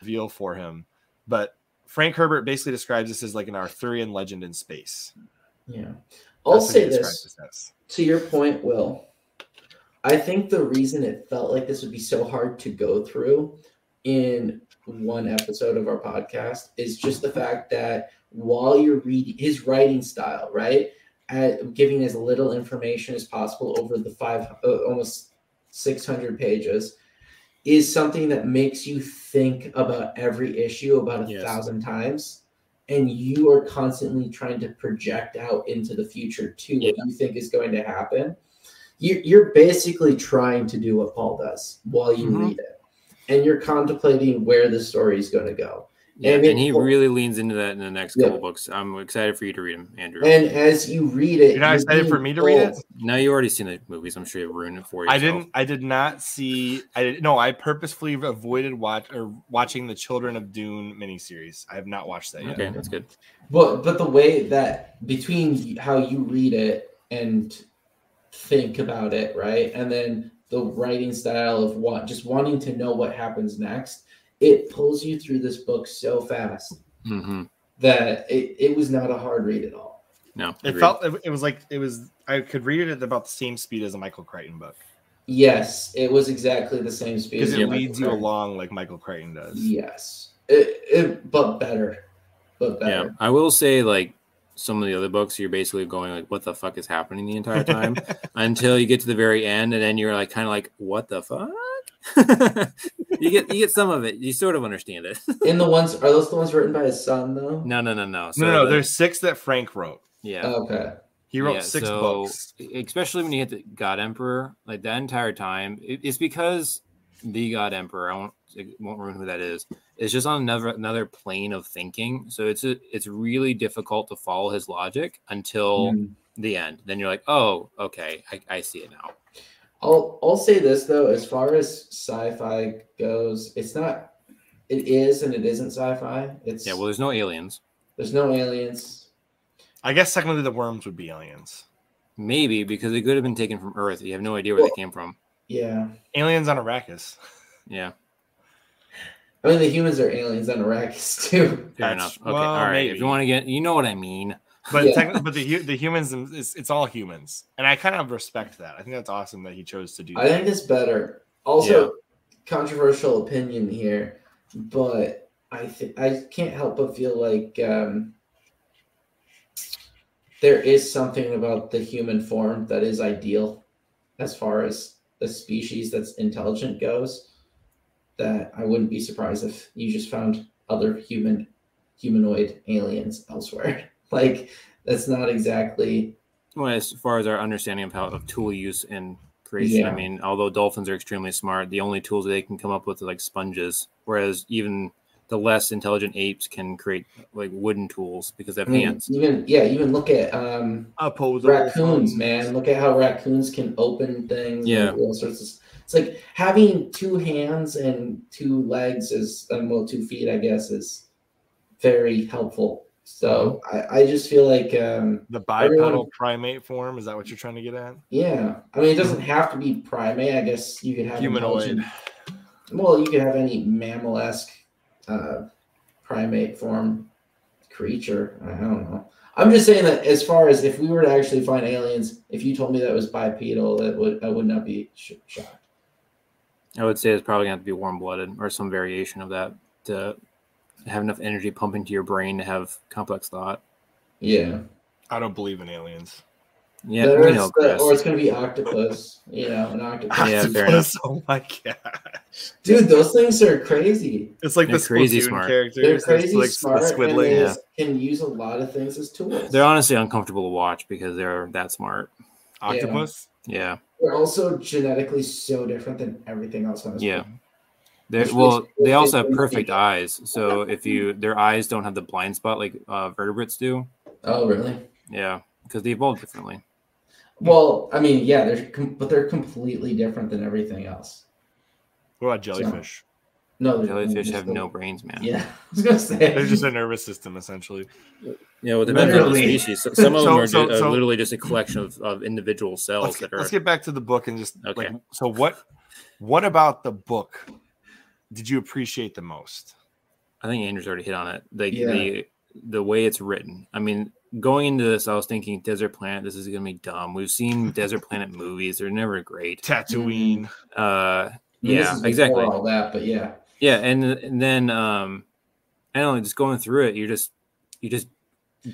Speaker 2: reveal for him but frank herbert basically describes this as like an arthurian legend in space
Speaker 3: Yeah. I'll
Speaker 2: That's what he
Speaker 3: say
Speaker 2: describes
Speaker 3: this
Speaker 2: as.
Speaker 3: to your point, Will. I think the reason it felt like this would be so hard to go through in one episode of our podcast is just the fact that while you're reading his writing style, right? At giving as little information as possible over the five uh, almost 600 pages is something that makes you think about every issue about a
Speaker 1: Yes.
Speaker 3: thousand times and you are constantly trying to project out into the future to what you think is going to happen, you, you're basically trying to do what Paul does while you
Speaker 2: Mhm.
Speaker 3: read it. And you're contemplating where the story is going to go.
Speaker 1: Yeah,
Speaker 3: I mean,
Speaker 1: and he
Speaker 3: well-
Speaker 1: really leans into that in the next
Speaker 3: Yeah.
Speaker 1: couple books. I'm excited for you to read them, Andrew.
Speaker 3: And as you read it,
Speaker 2: You're not excited
Speaker 3: being
Speaker 2: for me to read it?
Speaker 3: told-
Speaker 1: now you already seen the movies. I'm sure you've ruined it for yourself.
Speaker 2: i didn't i did not see i did no i purposefully avoided watch or watching the children of dune miniseries i have not watched that yet
Speaker 1: Okay, that's good.
Speaker 3: But but the way that between how you read it and think about it, right, and then the writing style of what just wanting to know what happens next, it pulls you through this book so fast.
Speaker 1: hmm
Speaker 3: that it, it was not a hard read at all.
Speaker 1: No,
Speaker 2: It
Speaker 1: agreed.
Speaker 2: felt it, it was like it was I could read it at about the same speed as a Michael Crichton book
Speaker 3: Yes, it was exactly the same speed.
Speaker 2: because
Speaker 1: Yeah.
Speaker 2: it
Speaker 3: as
Speaker 2: leads you
Speaker 3: Michael
Speaker 2: along like Michael Crichton
Speaker 3: Crichton.
Speaker 2: does.
Speaker 3: Yes, it, it but better, but
Speaker 1: Yeah,
Speaker 3: better.
Speaker 1: I will say like some of the other books, you're basically going like, "What the fuck is happening?" the entire time until you get to the very end, and then you're like, kind of like, "What the fuck?" you get you get some of it. You sort of understand it.
Speaker 3: And the ones are those the ones written by his son though?
Speaker 1: no, no, no, no. So
Speaker 2: no, no,
Speaker 1: the-
Speaker 2: there's six that Frank wrote.
Speaker 1: yeah.
Speaker 3: Okay.
Speaker 2: He wrote
Speaker 1: Yeah,
Speaker 2: six
Speaker 1: so, e-,
Speaker 2: books.
Speaker 1: especially when you hit the God Emperor, like that entire time. it- it's because the God Emperor, I won't I won't remember who that is, is just on another another plane of thinking. So it's a, it's really difficult to follow his logic until
Speaker 3: Mm.
Speaker 1: the end. Then you're like, oh, okay, I, I see it now.
Speaker 3: I'll I'll say this though, as far as sci-fi goes, it's not. It is and it isn't sci-fi. It's
Speaker 1: Yeah, well, there's no aliens,
Speaker 3: there's no aliens.
Speaker 2: I guess technically the worms would be aliens.
Speaker 1: maybe because it could have been taken from Earth. You have no idea where
Speaker 3: Well-
Speaker 1: they came from.
Speaker 3: Yeah,
Speaker 2: Aliens on Arrakis.
Speaker 1: Yeah,
Speaker 3: I mean the humans are aliens on Arrakis too.
Speaker 1: fair
Speaker 2: That's-
Speaker 1: enough. Okay,
Speaker 2: well,
Speaker 1: all right. If
Speaker 2: maybe.
Speaker 1: you want to get, you know what I mean.
Speaker 2: But
Speaker 3: Yeah.
Speaker 2: techni- but the hu- the humans them- it's, it's all humans, and I kind of respect that. I think that's awesome that he chose to do
Speaker 3: I
Speaker 2: that.
Speaker 3: think it's better. Also, controversial opinion here, but I th- I can't help but feel like um, there is something about the human form that is ideal as far as the species that's intelligent goes. That I wouldn't be surprised if you just found other human humanoid aliens elsewhere. Like that's not exactly
Speaker 1: Well, as far as our understanding of how of tool use and creation, I
Speaker 3: Yeah.
Speaker 1: mean, although dolphins are extremely smart, the only tools they can come up with are like sponges, whereas even the less intelligent apes can create like wooden tools because they
Speaker 3: I
Speaker 2: Hmm.
Speaker 1: have
Speaker 3: mean,
Speaker 1: hands.
Speaker 3: even yeah, even look at um
Speaker 2: Opposable
Speaker 3: raccoons,
Speaker 2: forms.
Speaker 3: man. Look at how raccoons can open things. and
Speaker 1: Yeah.
Speaker 3: do all sorts of. It's like having two hands and two legs is, um, well, two feet, I guess, is very helpful. So I, I just feel like, um,
Speaker 2: The bipedal
Speaker 3: Everyone-
Speaker 2: primate form is that what you're trying to get at?
Speaker 3: yeah. I mean, it doesn't have to be primate. I guess you could have
Speaker 2: Humanoid.
Speaker 3: intelligent- Well, you could have any mammal esque uh, primate form creature. I don't know. I'm just saying that as far as if we were to actually find aliens, if you told me that was bipedal, that would I would not be sh- shocked.
Speaker 1: I would say it's probably going to have to be warm blooded or some variation of that to have enough energy pump into your brain to have complex thought.
Speaker 3: Yeah,
Speaker 2: I don't believe in aliens.
Speaker 1: Yeah,
Speaker 3: There
Speaker 1: we
Speaker 3: is
Speaker 1: know,
Speaker 3: the-
Speaker 1: Chris.
Speaker 3: or it's gonna be octopus. You know, an octopus.
Speaker 1: Yeah, fair enough.
Speaker 2: Octopus, oh my god.
Speaker 3: Dude, those things are crazy.
Speaker 2: It's like
Speaker 1: They're
Speaker 2: the
Speaker 1: crazy
Speaker 2: crazy
Speaker 1: smart.
Speaker 2: characters.
Speaker 3: They're
Speaker 2: It's
Speaker 3: crazy
Speaker 2: like
Speaker 3: smart
Speaker 2: the
Speaker 3: and they
Speaker 2: squidling.
Speaker 1: yeah.
Speaker 3: can use a lot of things as tools.
Speaker 1: They're honestly uncomfortable to watch because they're that smart.
Speaker 2: Octopus.
Speaker 1: Yeah,
Speaker 3: They're also genetically so different than everything else on this
Speaker 1: yeah.
Speaker 3: planet.
Speaker 1: They're, well, they also have perfect eyes. So if you their eyes don't have the blind spot like uh, vertebrates do,
Speaker 3: Oh, really?
Speaker 1: yeah, because they evolved differently.
Speaker 3: Well, I mean, yeah, they're com- but they're completely different than everything else.
Speaker 2: What about jellyfish?
Speaker 3: No, they're-
Speaker 1: Jellyfish have
Speaker 3: they're-
Speaker 1: no brains, man.
Speaker 3: Yeah, I was gonna say
Speaker 2: They're just a nervous system, essentially.
Speaker 1: Yeah, well, it depends on the
Speaker 3: Literally.
Speaker 1: species. So- Some of them
Speaker 2: So-
Speaker 1: are,
Speaker 2: so-
Speaker 1: ju- are
Speaker 2: so-
Speaker 1: literally just a collection of, of individual cells
Speaker 2: Let's get,
Speaker 1: that are.
Speaker 2: let's get back to the book and just
Speaker 1: Okay.
Speaker 2: like so. What what about the book? Did you appreciate the most?
Speaker 1: I think Andrew's already hit on it. Like
Speaker 3: Yeah.
Speaker 1: the the way it's written. I mean, going into this, I was thinking Desert Planet. This is gonna be dumb. We've seen Desert Planet movies; they're never great.
Speaker 3: Hmm.
Speaker 2: Tatooine.
Speaker 1: Uh,
Speaker 3: I mean, this
Speaker 1: yeah,
Speaker 3: is before
Speaker 1: exactly.
Speaker 3: all that, but yeah,
Speaker 1: yeah, and and then um, I don't know. Just going through it, you're just you just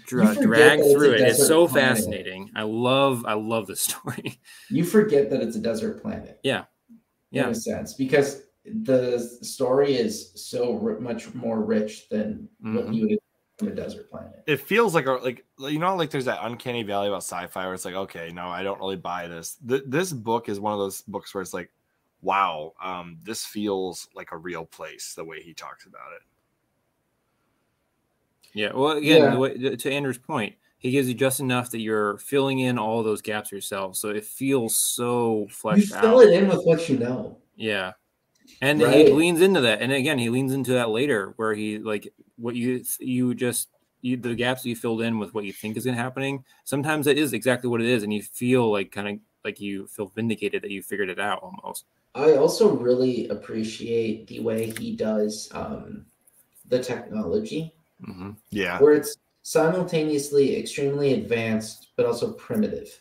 Speaker 1: dra-
Speaker 3: forget
Speaker 1: drag
Speaker 3: that it's a
Speaker 1: through it. It's
Speaker 3: desert
Speaker 1: so
Speaker 3: planet.
Speaker 1: fascinating. I love I love the story.
Speaker 3: you forget that it's a desert planet.
Speaker 1: Yeah.
Speaker 3: in
Speaker 1: Yeah.
Speaker 3: a sense, because the story is so ri- much more rich than what
Speaker 1: Mhm.
Speaker 3: you would expect from a desert planet.
Speaker 2: It feels like a like you know like there's that uncanny valley about sci-fi where it's like okay no I don't really buy this. Th- this book is one of those books where it's like wow um this feels like a real place the way he talks about it.
Speaker 1: Yeah. Well, again,
Speaker 3: Yeah.
Speaker 1: The way, th- to Andrew's point, he gives you just enough that you're filling in all those gaps yourself. So it feels so
Speaker 3: You
Speaker 1: fleshed
Speaker 3: fill
Speaker 1: out.
Speaker 3: it in with what you know.
Speaker 1: Yeah. And he
Speaker 3: Right.
Speaker 1: leans into that. And again, he leans into that later where he like what you you just you, the gaps you filled in with what you think is going to happening. Sometimes it is exactly what it is and you feel like kind of like you feel vindicated that you figured it out almost.
Speaker 3: I also really appreciate the way he does um, the technology,
Speaker 1: hmm
Speaker 2: Yeah.
Speaker 3: where it's simultaneously extremely advanced but also primitive.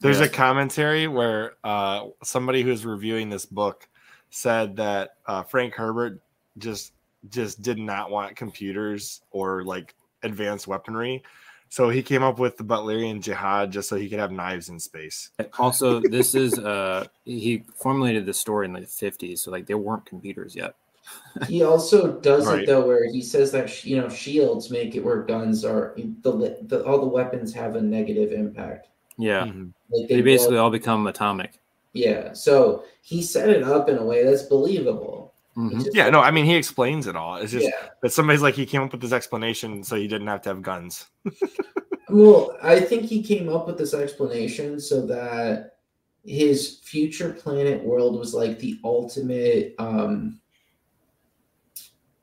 Speaker 2: There's a
Speaker 1: Yes.
Speaker 2: commentary where uh, somebody who's reviewing this book said that uh, Frank Herbert just just did not want computers or like advanced weaponry, so he came up with the Butlerian Jihad just so he could have knives in space.
Speaker 1: Also, this is uh he formulated the story in like the 50s, so like there weren't computers yet.
Speaker 3: He also does
Speaker 2: Right.
Speaker 3: it though, where he says that sh- you know shields make it where guns are the, li- the all the weapons have a negative impact.
Speaker 2: Hmm.
Speaker 1: Yeah.
Speaker 3: Like
Speaker 1: They
Speaker 3: blow-
Speaker 1: basically all become atomic.
Speaker 3: Yeah, so he set it up in a way that's believable.
Speaker 1: Mhm.
Speaker 3: It's just
Speaker 2: Mm-hmm. Yeah,
Speaker 3: like-
Speaker 2: no, I mean he explains it all. It's just
Speaker 3: yeah.
Speaker 2: that somebody's like he came up with this explanation so he didn't have to have guns.
Speaker 3: Well, I think he came up with this explanation so that his future planet world was like the ultimate. um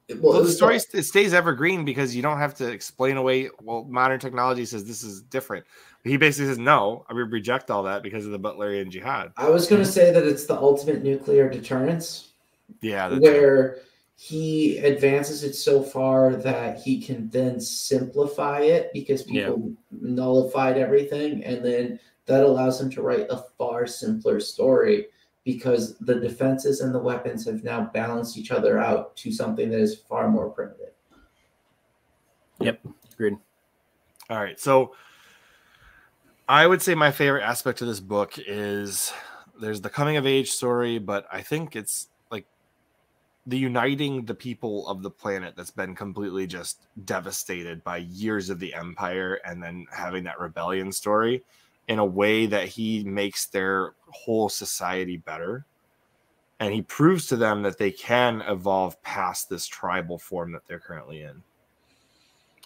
Speaker 3: it-
Speaker 2: Well,
Speaker 3: Well, it
Speaker 2: the
Speaker 3: was
Speaker 2: story
Speaker 3: like-
Speaker 2: st- it stays evergreen because you don't have to explain away. Well, modern technology says this is different. He basically says, "No, I would reject all that because of the Butlerian Jihad."
Speaker 3: I was going to say that it's the ultimate nuclear deterrence.
Speaker 2: Yeah, that's it.
Speaker 3: where he advances it so far that he can then simplify it because
Speaker 1: Yeah.
Speaker 3: people nullified everything and then that allows him to write a far simpler story because the defenses and the weapons have now balanced each other out to something that is far more primitive
Speaker 1: Agreed.
Speaker 2: all right. So, I would say my favorite aspect of this book is there's the coming of age story, but I think it's like the uniting the people of the planet that's been completely just devastated by years of the empire and then having that rebellion story in a way that he makes their whole society better. And he proves to them that they can evolve past this tribal form that they're currently in.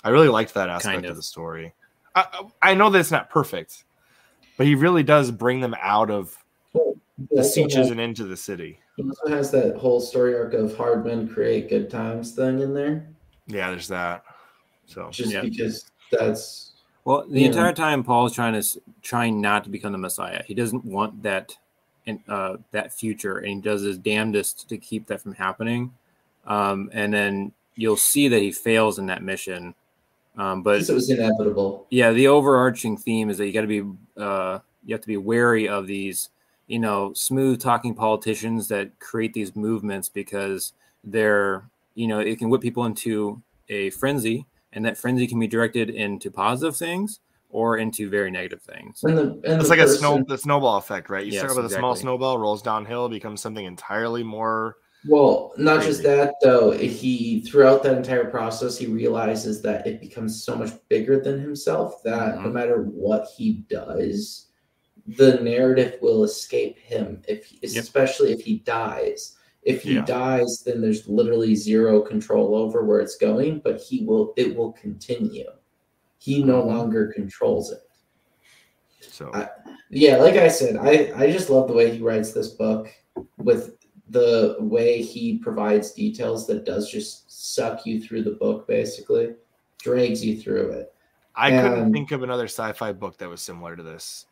Speaker 2: I really liked that aspect
Speaker 1: Kind
Speaker 2: of.
Speaker 1: of.
Speaker 2: the story. I, I I know that it's not perfect, but he really does bring them out of the sieges and into the city.
Speaker 3: he also has that whole story arc of hard men create good times thing in there
Speaker 2: Yeah, there's that. So
Speaker 3: just
Speaker 1: Yeah.
Speaker 3: because that's
Speaker 1: Well, the
Speaker 3: Yeah.
Speaker 1: entire time Paul is trying to s- trying not to become the Messiah. He doesn't want that, and uh, that future, and he does his damnedest to keep that from happening. Um, and then you'll see that he fails in that mission. Um, but
Speaker 3: because it was inevitable
Speaker 1: yeah, the overarching theme is that you got to be uh, you have to be wary of these, you know, smooth talking politicians that create these movements because they're you know it can whip people into a frenzy, and that frenzy can be directed into positive things or into very negative things.
Speaker 3: and the and
Speaker 2: it's
Speaker 3: the
Speaker 2: like a
Speaker 3: person-
Speaker 2: snow the snowball effect, right? You start
Speaker 1: Yes,
Speaker 2: with a small
Speaker 1: exactly.
Speaker 2: snowball, rolls downhill, becomes something entirely more.
Speaker 3: Well, not just
Speaker 2: Crazy.
Speaker 3: that though. He throughout that entire process, he realizes that it becomes so much bigger than himself that no
Speaker 2: Mm-hmm.
Speaker 1: Mhm.
Speaker 3: matter what he does, the narrative will escape him. If he,
Speaker 1: Yep.
Speaker 3: especially if he dies, If he
Speaker 2: Yeah.
Speaker 3: dies, then there's literally zero control over where it's going, but he will it will continue. He no
Speaker 2: Mm-hmm.
Speaker 3: longer controls it.
Speaker 2: So
Speaker 3: I- Yeah, like I said, I I just love the way he writes this book with the way he provides details that does just suck you through the book basically, drags you through it.
Speaker 2: I couldn't
Speaker 3: um,
Speaker 2: think of another sci-fi book that was similar to this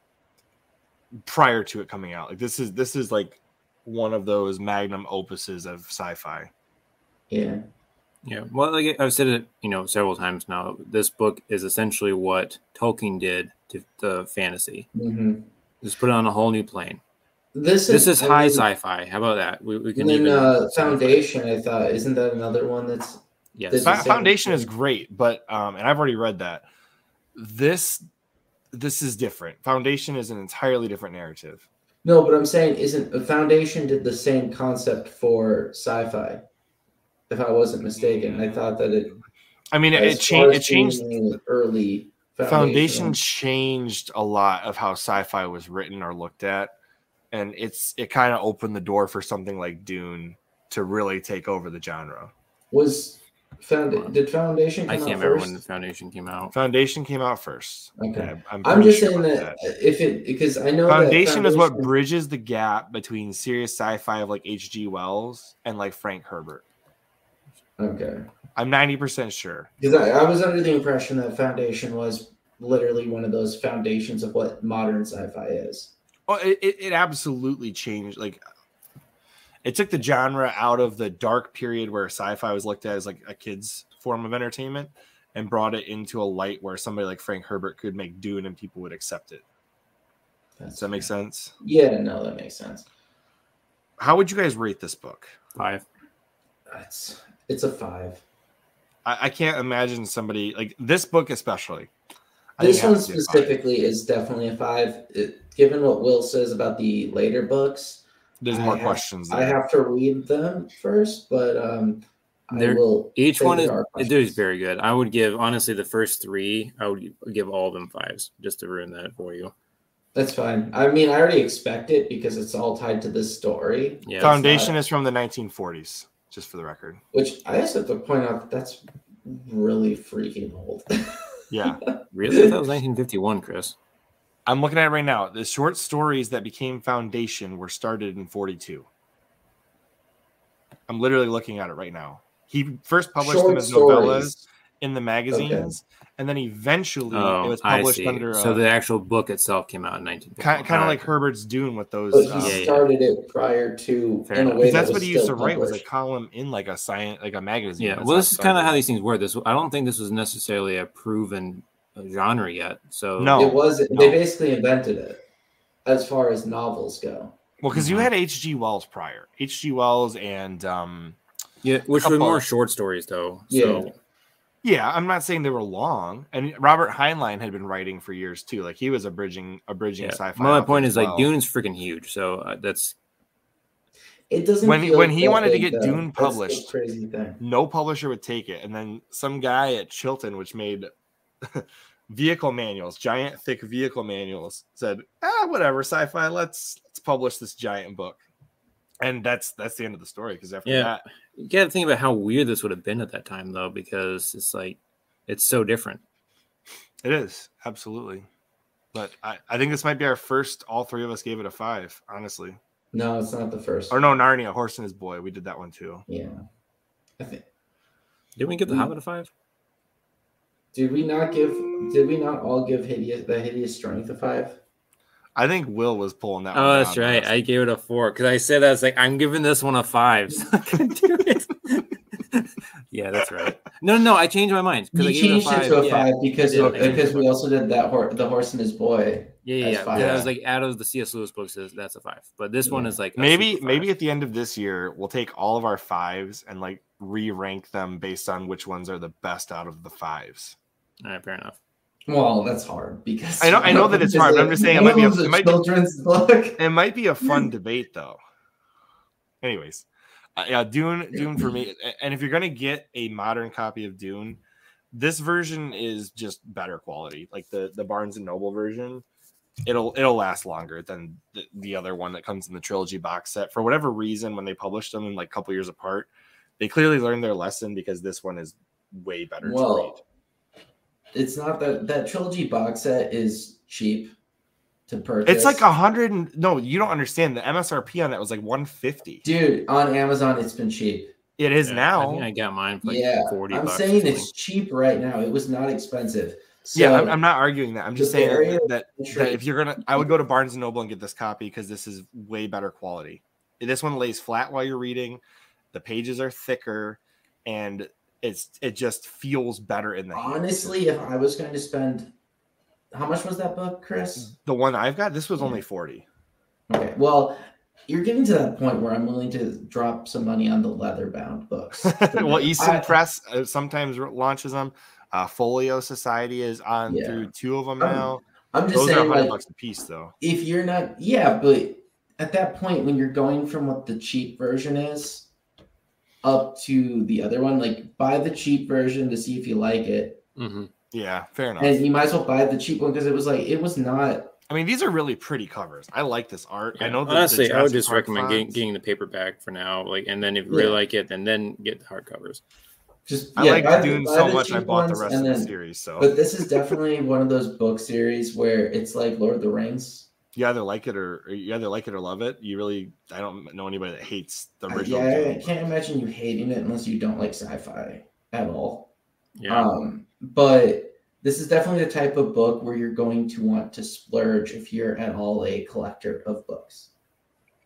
Speaker 2: prior to it coming out. Like this is this is like one of those magnum opuses of sci-fi.
Speaker 3: Yeah.
Speaker 1: Yeah, well, like I've said it, you know, several times now. This book is essentially what Tolkien did to the fantasy.
Speaker 3: hmm
Speaker 1: Just put it on a whole new plane.
Speaker 3: This is
Speaker 1: This is
Speaker 3: I
Speaker 1: high
Speaker 3: mean,
Speaker 1: sci-fi. How about that? We, we can
Speaker 3: And then
Speaker 1: even-
Speaker 3: uh, Foundation, I thought, isn't that another one that's
Speaker 1: Yes,
Speaker 3: this
Speaker 2: Fo-
Speaker 3: is-
Speaker 2: Foundation is great, but um, and I've already read that. This this is different. Foundation is an entirely different narrative.
Speaker 3: no, but I'm saying isn't Foundation did the same concept for sci-fi, if I wasn't mistaken. I thought that it
Speaker 2: I mean, it,
Speaker 3: as
Speaker 2: it
Speaker 3: far
Speaker 2: changed.
Speaker 3: as
Speaker 2: It changed.
Speaker 3: being an early
Speaker 2: Foundation
Speaker 3: one.
Speaker 2: changed a lot of how sci-fi was written or looked at, and it's it kind of opened the door for something like Dune to really take over the genre.
Speaker 3: was
Speaker 1: Hold
Speaker 3: found.
Speaker 1: on.
Speaker 3: Did Foundation? Come
Speaker 1: I can't
Speaker 3: out
Speaker 1: remember
Speaker 3: first?
Speaker 1: when the Foundation came out.
Speaker 2: Foundation came out first.
Speaker 3: Okay.
Speaker 2: Yeah, I'm,
Speaker 3: I'm
Speaker 2: pretty
Speaker 3: just
Speaker 2: sure
Speaker 3: saying
Speaker 2: about
Speaker 3: that, if it because I know that
Speaker 2: Foundation is what
Speaker 3: Foundation-
Speaker 2: bridges the gap between serious sci-fi of like H.G. Wells and like Frank Herbert.
Speaker 3: Okay.
Speaker 2: I'm 90% sure.
Speaker 3: Because I, I was under the impression that Foundation was literally one of those foundations of what modern sci-fi is.
Speaker 2: Oh, it, it, it absolutely changed. Like, it took the genre out of the dark period where sci-fi was looked at as like a kid's form of entertainment, and brought it into a light where somebody like Frank Herbert could make Dune and people would accept it. Does
Speaker 3: That's
Speaker 2: that make sense?
Speaker 3: yeah, no, that makes sense.
Speaker 2: How would you guys rate this book?
Speaker 1: Five.
Speaker 3: It's it's a five.
Speaker 2: I, I can't imagine somebody like this book especially. I think
Speaker 3: This
Speaker 2: it
Speaker 3: one
Speaker 2: has to be a five.
Speaker 3: specifically is definitely a five. It- given what Will says about the later books,
Speaker 2: There's
Speaker 3: I
Speaker 2: more
Speaker 3: have-
Speaker 2: questions.
Speaker 3: I have to read them first, but um, I
Speaker 1: They're-
Speaker 3: will.
Speaker 1: Each
Speaker 3: say
Speaker 1: one
Speaker 3: there
Speaker 1: is
Speaker 3: are
Speaker 1: it
Speaker 3: questions.
Speaker 1: is very good. I would give honestly the first three. I would give all of them fives just to ruin that for you.
Speaker 3: That's fine. I mean, I already expect it because it's all tied to this story,
Speaker 1: Yeah.
Speaker 2: Foundation is from the 1940s, just for the record.
Speaker 3: which I just have to point out that that's really freaking old.
Speaker 2: Yeah,
Speaker 1: Really? I thought it was 1951, Chris.
Speaker 2: I'm looking at it right now. The short stories that became Foundation were started in 42. I'm literally looking at it right now. He first published them as novellas in the magazines, and then eventually it
Speaker 1: Oh,
Speaker 2: was
Speaker 1: I
Speaker 2: published
Speaker 1: see.
Speaker 2: under
Speaker 1: so
Speaker 2: uh,
Speaker 1: the actual book itself came out in 1951.
Speaker 2: kind, kind of
Speaker 1: Alright.
Speaker 2: like Herbert's Dune with those.
Speaker 3: But
Speaker 2: um,
Speaker 3: he
Speaker 1: Yeah, yeah.
Speaker 3: started it prior to
Speaker 1: Fair
Speaker 3: in a
Speaker 1: enough.
Speaker 3: way
Speaker 2: 'cause
Speaker 3: that
Speaker 2: that's
Speaker 3: was
Speaker 2: what he used to
Speaker 3: still
Speaker 2: write was a
Speaker 3: published.
Speaker 2: column in like a science, like a magazine.
Speaker 1: Yeah,
Speaker 2: That's
Speaker 1: well,
Speaker 2: I
Speaker 1: this is kind of
Speaker 2: started.
Speaker 1: how these things work. This I don't think this was necessarily a proven uh, genre yet. So
Speaker 2: No.
Speaker 3: it was
Speaker 2: no.
Speaker 3: they basically invented it as far as novels go.
Speaker 2: Well, because you
Speaker 1: Mhm.
Speaker 2: had H.G. Wells prior, H.G. Wells and um,
Speaker 1: yeah, which were
Speaker 2: Couple.
Speaker 1: more short stories though.
Speaker 3: Yeah.
Speaker 1: So
Speaker 2: Yeah, I'm not saying they were long. And Robert Heinlein had been writing for years too. Like he was a bridging a bridging
Speaker 1: yeah.
Speaker 2: sci-fi.
Speaker 1: my
Speaker 2: author
Speaker 1: point
Speaker 2: as
Speaker 1: is
Speaker 2: well.
Speaker 1: like Dune's freaking huge. So uh, that's
Speaker 3: It doesn't
Speaker 2: When-
Speaker 3: feel
Speaker 2: when he
Speaker 3: that
Speaker 2: wanted to
Speaker 3: big,
Speaker 2: get
Speaker 3: though.
Speaker 2: Dune
Speaker 3: That's the
Speaker 2: published.
Speaker 3: crazy thing.
Speaker 2: No publisher would take it. And then some guy at Chilton, which made vehicle manuals, giant thick vehicle manuals, said, "Ah, whatever, sci-fi. Let's let's publish this giant book." And that's that's the end of the story. Because after
Speaker 1: Yeah.
Speaker 2: that,
Speaker 1: you got to think about how weird this would have been at that time though, because it's like it's so different.
Speaker 2: it is absolutely. But I, I think this might be our first. All three of us gave it a five, honestly.
Speaker 3: No, it's not the first.
Speaker 2: Or no, Narnia, Horse and His Boy. We did that one too.
Speaker 3: Yeah. I think
Speaker 1: Didn't we give the
Speaker 3: Mm.
Speaker 1: Hobbit a five?
Speaker 3: did we not give did we not all give hideous the hideous strength a five?
Speaker 2: I think Will was pulling that. one
Speaker 1: Oh, that's
Speaker 2: down
Speaker 1: right.
Speaker 2: last.
Speaker 1: I gave it a four because I said I was like, I'm giving this one a five. So I couldn't do it. yeah, that's right. No, no, I changed my mind
Speaker 3: You
Speaker 1: I gave
Speaker 3: changed it to a
Speaker 1: yeah.
Speaker 3: five because
Speaker 1: I did, I did.
Speaker 3: because we also did that hor- the horse and his boy.
Speaker 1: Yeah, yeah,
Speaker 3: That's
Speaker 1: yeah.
Speaker 3: five.
Speaker 1: That
Speaker 2: Yeah.
Speaker 1: was like out of the C.S. Lewis books, is- that's a five. But this one
Speaker 3: Yeah.
Speaker 1: is like a
Speaker 2: maybe
Speaker 1: super
Speaker 2: maybe
Speaker 1: five.
Speaker 2: at the end of this year we'll take all of our fives and like re-rank them based on which ones are the best out of the fives.
Speaker 1: All right, fair enough.
Speaker 3: Well, that's hard because
Speaker 2: I know- I know that it's hard, but I'm just saying it
Speaker 3: one
Speaker 2: might be a-
Speaker 3: of them's
Speaker 2: it might be-
Speaker 3: children's book.
Speaker 2: It might be a
Speaker 1: Hmm.
Speaker 2: fun debate though. Anyways, uh, yeah, Dune Dune for me. a- And if you're gonna get a modern copy of Dune, this version is just better quality. Like the the Barnes and Noble version it'll it'll last longer than the, the other one that comes in the trilogy box set. For whatever reason, when they published them in like a couple years apart, they clearly learned their lesson because this one is way better to read.
Speaker 3: Well, it's not that that trilogy box set is cheap to purchase.
Speaker 2: It's like a hundred and no, you don't understand. The MSRP on that was like one fifty.
Speaker 3: dude on Amazon. It's been cheap.
Speaker 2: It is
Speaker 1: Yeah, I
Speaker 2: now.
Speaker 1: think I got mine for like
Speaker 3: Yeah,
Speaker 1: forty.
Speaker 3: I'm
Speaker 1: bucks or
Speaker 3: saying
Speaker 1: something.
Speaker 3: it's cheap right now. It was not expensive. So,
Speaker 2: yeah, I'm, I'm not arguing that. I'm just
Speaker 3: The
Speaker 2: saying
Speaker 3: barrier
Speaker 2: that, that,
Speaker 3: to
Speaker 2: that
Speaker 3: entry-
Speaker 2: if you're gonna, I would go to Barnes and Noble and get this copy because this is way better quality. This one lays flat while you're reading. The pages are thicker, and it's it just feels better in the hand.
Speaker 3: honestly, if I was going to spend, how much was that book, Chris?
Speaker 2: The one I've got, this was only forty.
Speaker 3: Okay. Well, you're getting to that point where I'm willing to drop some money on the leather bound books.
Speaker 2: well, Easton
Speaker 3: I-
Speaker 2: Press uh, sometimes r- launches them. Uh, Folio Society is on
Speaker 3: Yeah.
Speaker 2: through two of them
Speaker 3: Um,
Speaker 2: now.
Speaker 3: I'm just
Speaker 2: Those are
Speaker 3: saying,
Speaker 2: hundred
Speaker 3: like,
Speaker 2: bucks a piece, though.
Speaker 3: if you're not, yeah, but at that point, when you're going from what the cheap version is up to the other one, like buy the cheap version to see if you like it.
Speaker 1: Mhm.
Speaker 2: Yeah, fair enough.
Speaker 3: And you might as well buy the cheap one because it was like, it was not,
Speaker 2: I mean, these are really pretty covers. I like this art. I
Speaker 1: Yeah,
Speaker 2: know. that the
Speaker 1: Honestly, I would
Speaker 2: Jurassic
Speaker 1: just
Speaker 2: Park
Speaker 1: recommend getting,
Speaker 2: fonts-
Speaker 1: getting the paperback for now, like, and then if you really
Speaker 3: Yeah.
Speaker 1: like it, then then get the hardcovers.
Speaker 3: just,
Speaker 2: I
Speaker 3: yeah, buy
Speaker 2: like
Speaker 3: the-
Speaker 2: Dune
Speaker 3: buy
Speaker 2: so
Speaker 3: the
Speaker 2: much. I
Speaker 3: cheap
Speaker 2: bought the
Speaker 3: ones
Speaker 2: rest of
Speaker 3: and
Speaker 2: the
Speaker 3: then-
Speaker 2: series. So
Speaker 3: But this is definitely one of those book series where it's like Lord of the Rings.
Speaker 2: you either like it or, or you either like it or love it. You really, I don't know anybody that hates the
Speaker 3: I-
Speaker 2: original.
Speaker 3: yeah, I
Speaker 2: Dune.
Speaker 3: can't imagine you hating it unless you don't like sci-fi at all.
Speaker 1: Yeah,
Speaker 3: Um, but this is definitely the type of book where you're going to want to splurge if you're at all a collector of books.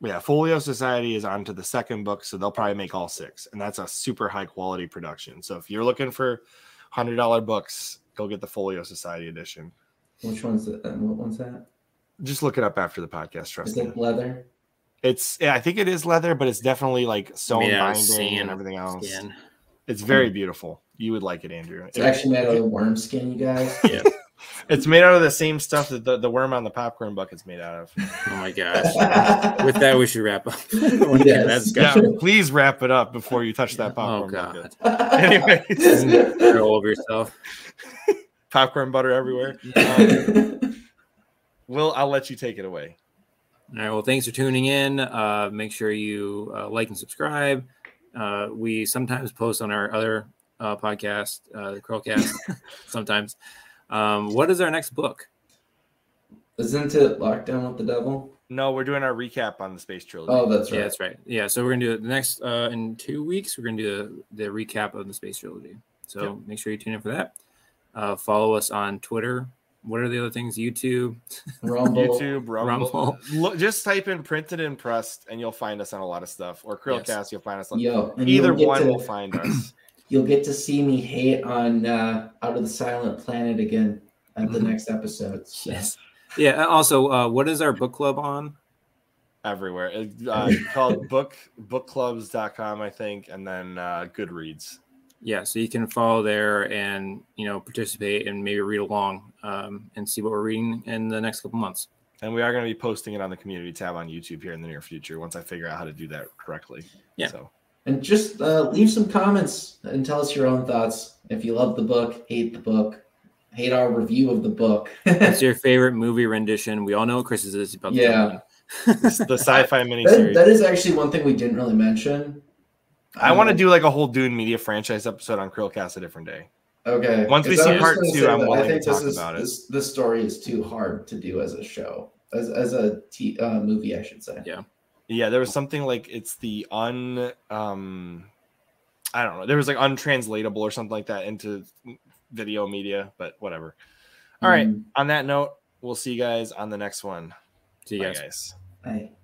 Speaker 2: yeah. Folio Society is on to the second book, so they'll probably make all six, and that's a super high quality production. So if you're looking for hundred dollar books, go get the Folio Society edition.
Speaker 3: Which one's the, uh, what one's that?
Speaker 2: Just look it up after the podcast.
Speaker 3: Is
Speaker 2: Trust me,
Speaker 3: that leather?
Speaker 2: it's. Yeah, I think it is leather, but it's definitely like sewn
Speaker 1: Made out of
Speaker 2: binding and
Speaker 1: sand,
Speaker 2: everything else.
Speaker 1: skin.
Speaker 2: It's very beautiful. You would like it, Andrew.
Speaker 3: Hmm. It's actually made out of worm skin, you guys.
Speaker 1: Yeah.
Speaker 2: It's made out of the same stuff that the, the worm on the popcorn bucket's made out of.
Speaker 1: Oh my gosh. With that, we should wrap up. We're getting that
Speaker 3: Yes.
Speaker 2: Yeah,
Speaker 1: discussion
Speaker 2: please wrap it up before you touch that popcorn
Speaker 1: Oh god.
Speaker 2: bucket. Anyways,
Speaker 1: You're all over yourself.
Speaker 2: popcorn butter everywhere. Um,
Speaker 3: Um,
Speaker 2: Will, I'll let you take it away.
Speaker 1: All right. Well, thanks for tuning in. Uh, make sure you uh, like and subscribe. Uh, we sometimes post on our other uh, podcast, uh, the Curlcast. sometimes. Um, what is our next book?
Speaker 3: Isn't it Lockdown with the Devil?
Speaker 2: No, we're doing our recap on the space trilogy.
Speaker 3: Oh, that's
Speaker 1: Yeah,
Speaker 3: right.
Speaker 1: that's right. Yeah. So we're gonna do it the next uh, in two weeks. We're gonna do the, the recap of the Space Trilogy. So make sure you tune in for that. Uh, follow us on Twitter. What are the other things? YouTube.
Speaker 3: Rumble.
Speaker 2: YouTube, Rumble.
Speaker 1: Rumble.
Speaker 2: Look, just type in printed and pressed, and you'll find us on a lot of stuff. Or Krillcast,
Speaker 1: Yes.
Speaker 2: you'll find us on
Speaker 3: Yo, and
Speaker 2: either
Speaker 3: you'll get
Speaker 2: one
Speaker 3: to-
Speaker 2: will find us.
Speaker 3: You'll get to see me hate on uh, Out of the Silent Planet again at the
Speaker 2: Mm-hmm.
Speaker 1: Mhm.
Speaker 3: next episode. so.
Speaker 1: Yeah. and Also, uh, what is our book club on?
Speaker 2: Everywhere. It- Uh, called book bookclubs.com, I think, and then uh, Goodreads.
Speaker 1: yeah so you can follow there and you know participate and maybe read along um, and see what we're reading in the next couple months
Speaker 2: And we are going to be posting it on the community tab on YouTube here in the near future once I figure out how to do that correctly.
Speaker 1: Yeah.
Speaker 2: So
Speaker 3: And just uh, leave some comments and tell us your own thoughts. If you love the book, hate the book, hate our review of the book.
Speaker 1: what's your favorite movie rendition we all know what chris's is about the
Speaker 3: Yeah.
Speaker 1: Joker.
Speaker 2: it's the sci-fi
Speaker 3: That-
Speaker 2: miniseries.
Speaker 3: that is actually one thing we didn't really mention.
Speaker 2: I want to
Speaker 3: Um,
Speaker 2: do like a whole Dune media franchise episode on Krillcast a different day.
Speaker 3: Okay.
Speaker 2: once we
Speaker 3: 'Cause
Speaker 2: see
Speaker 3: I was
Speaker 2: part
Speaker 3: gonna
Speaker 2: two,
Speaker 3: say
Speaker 2: I'm
Speaker 3: that I
Speaker 2: willing to
Speaker 3: think this
Speaker 2: talk
Speaker 3: is-
Speaker 2: about it.
Speaker 3: This, this story is too hard to do as a show, as as a t- uh, movie, I should say.
Speaker 1: Yeah.
Speaker 2: Yeah, there was something like it's the un um I don't know. There was like untranslatable or something like that into video media, but whatever. All right.
Speaker 3: Mm,
Speaker 2: On that note, we'll see you guys on the next one.
Speaker 1: see you
Speaker 2: Bye,
Speaker 1: guys
Speaker 2: guys.
Speaker 3: I-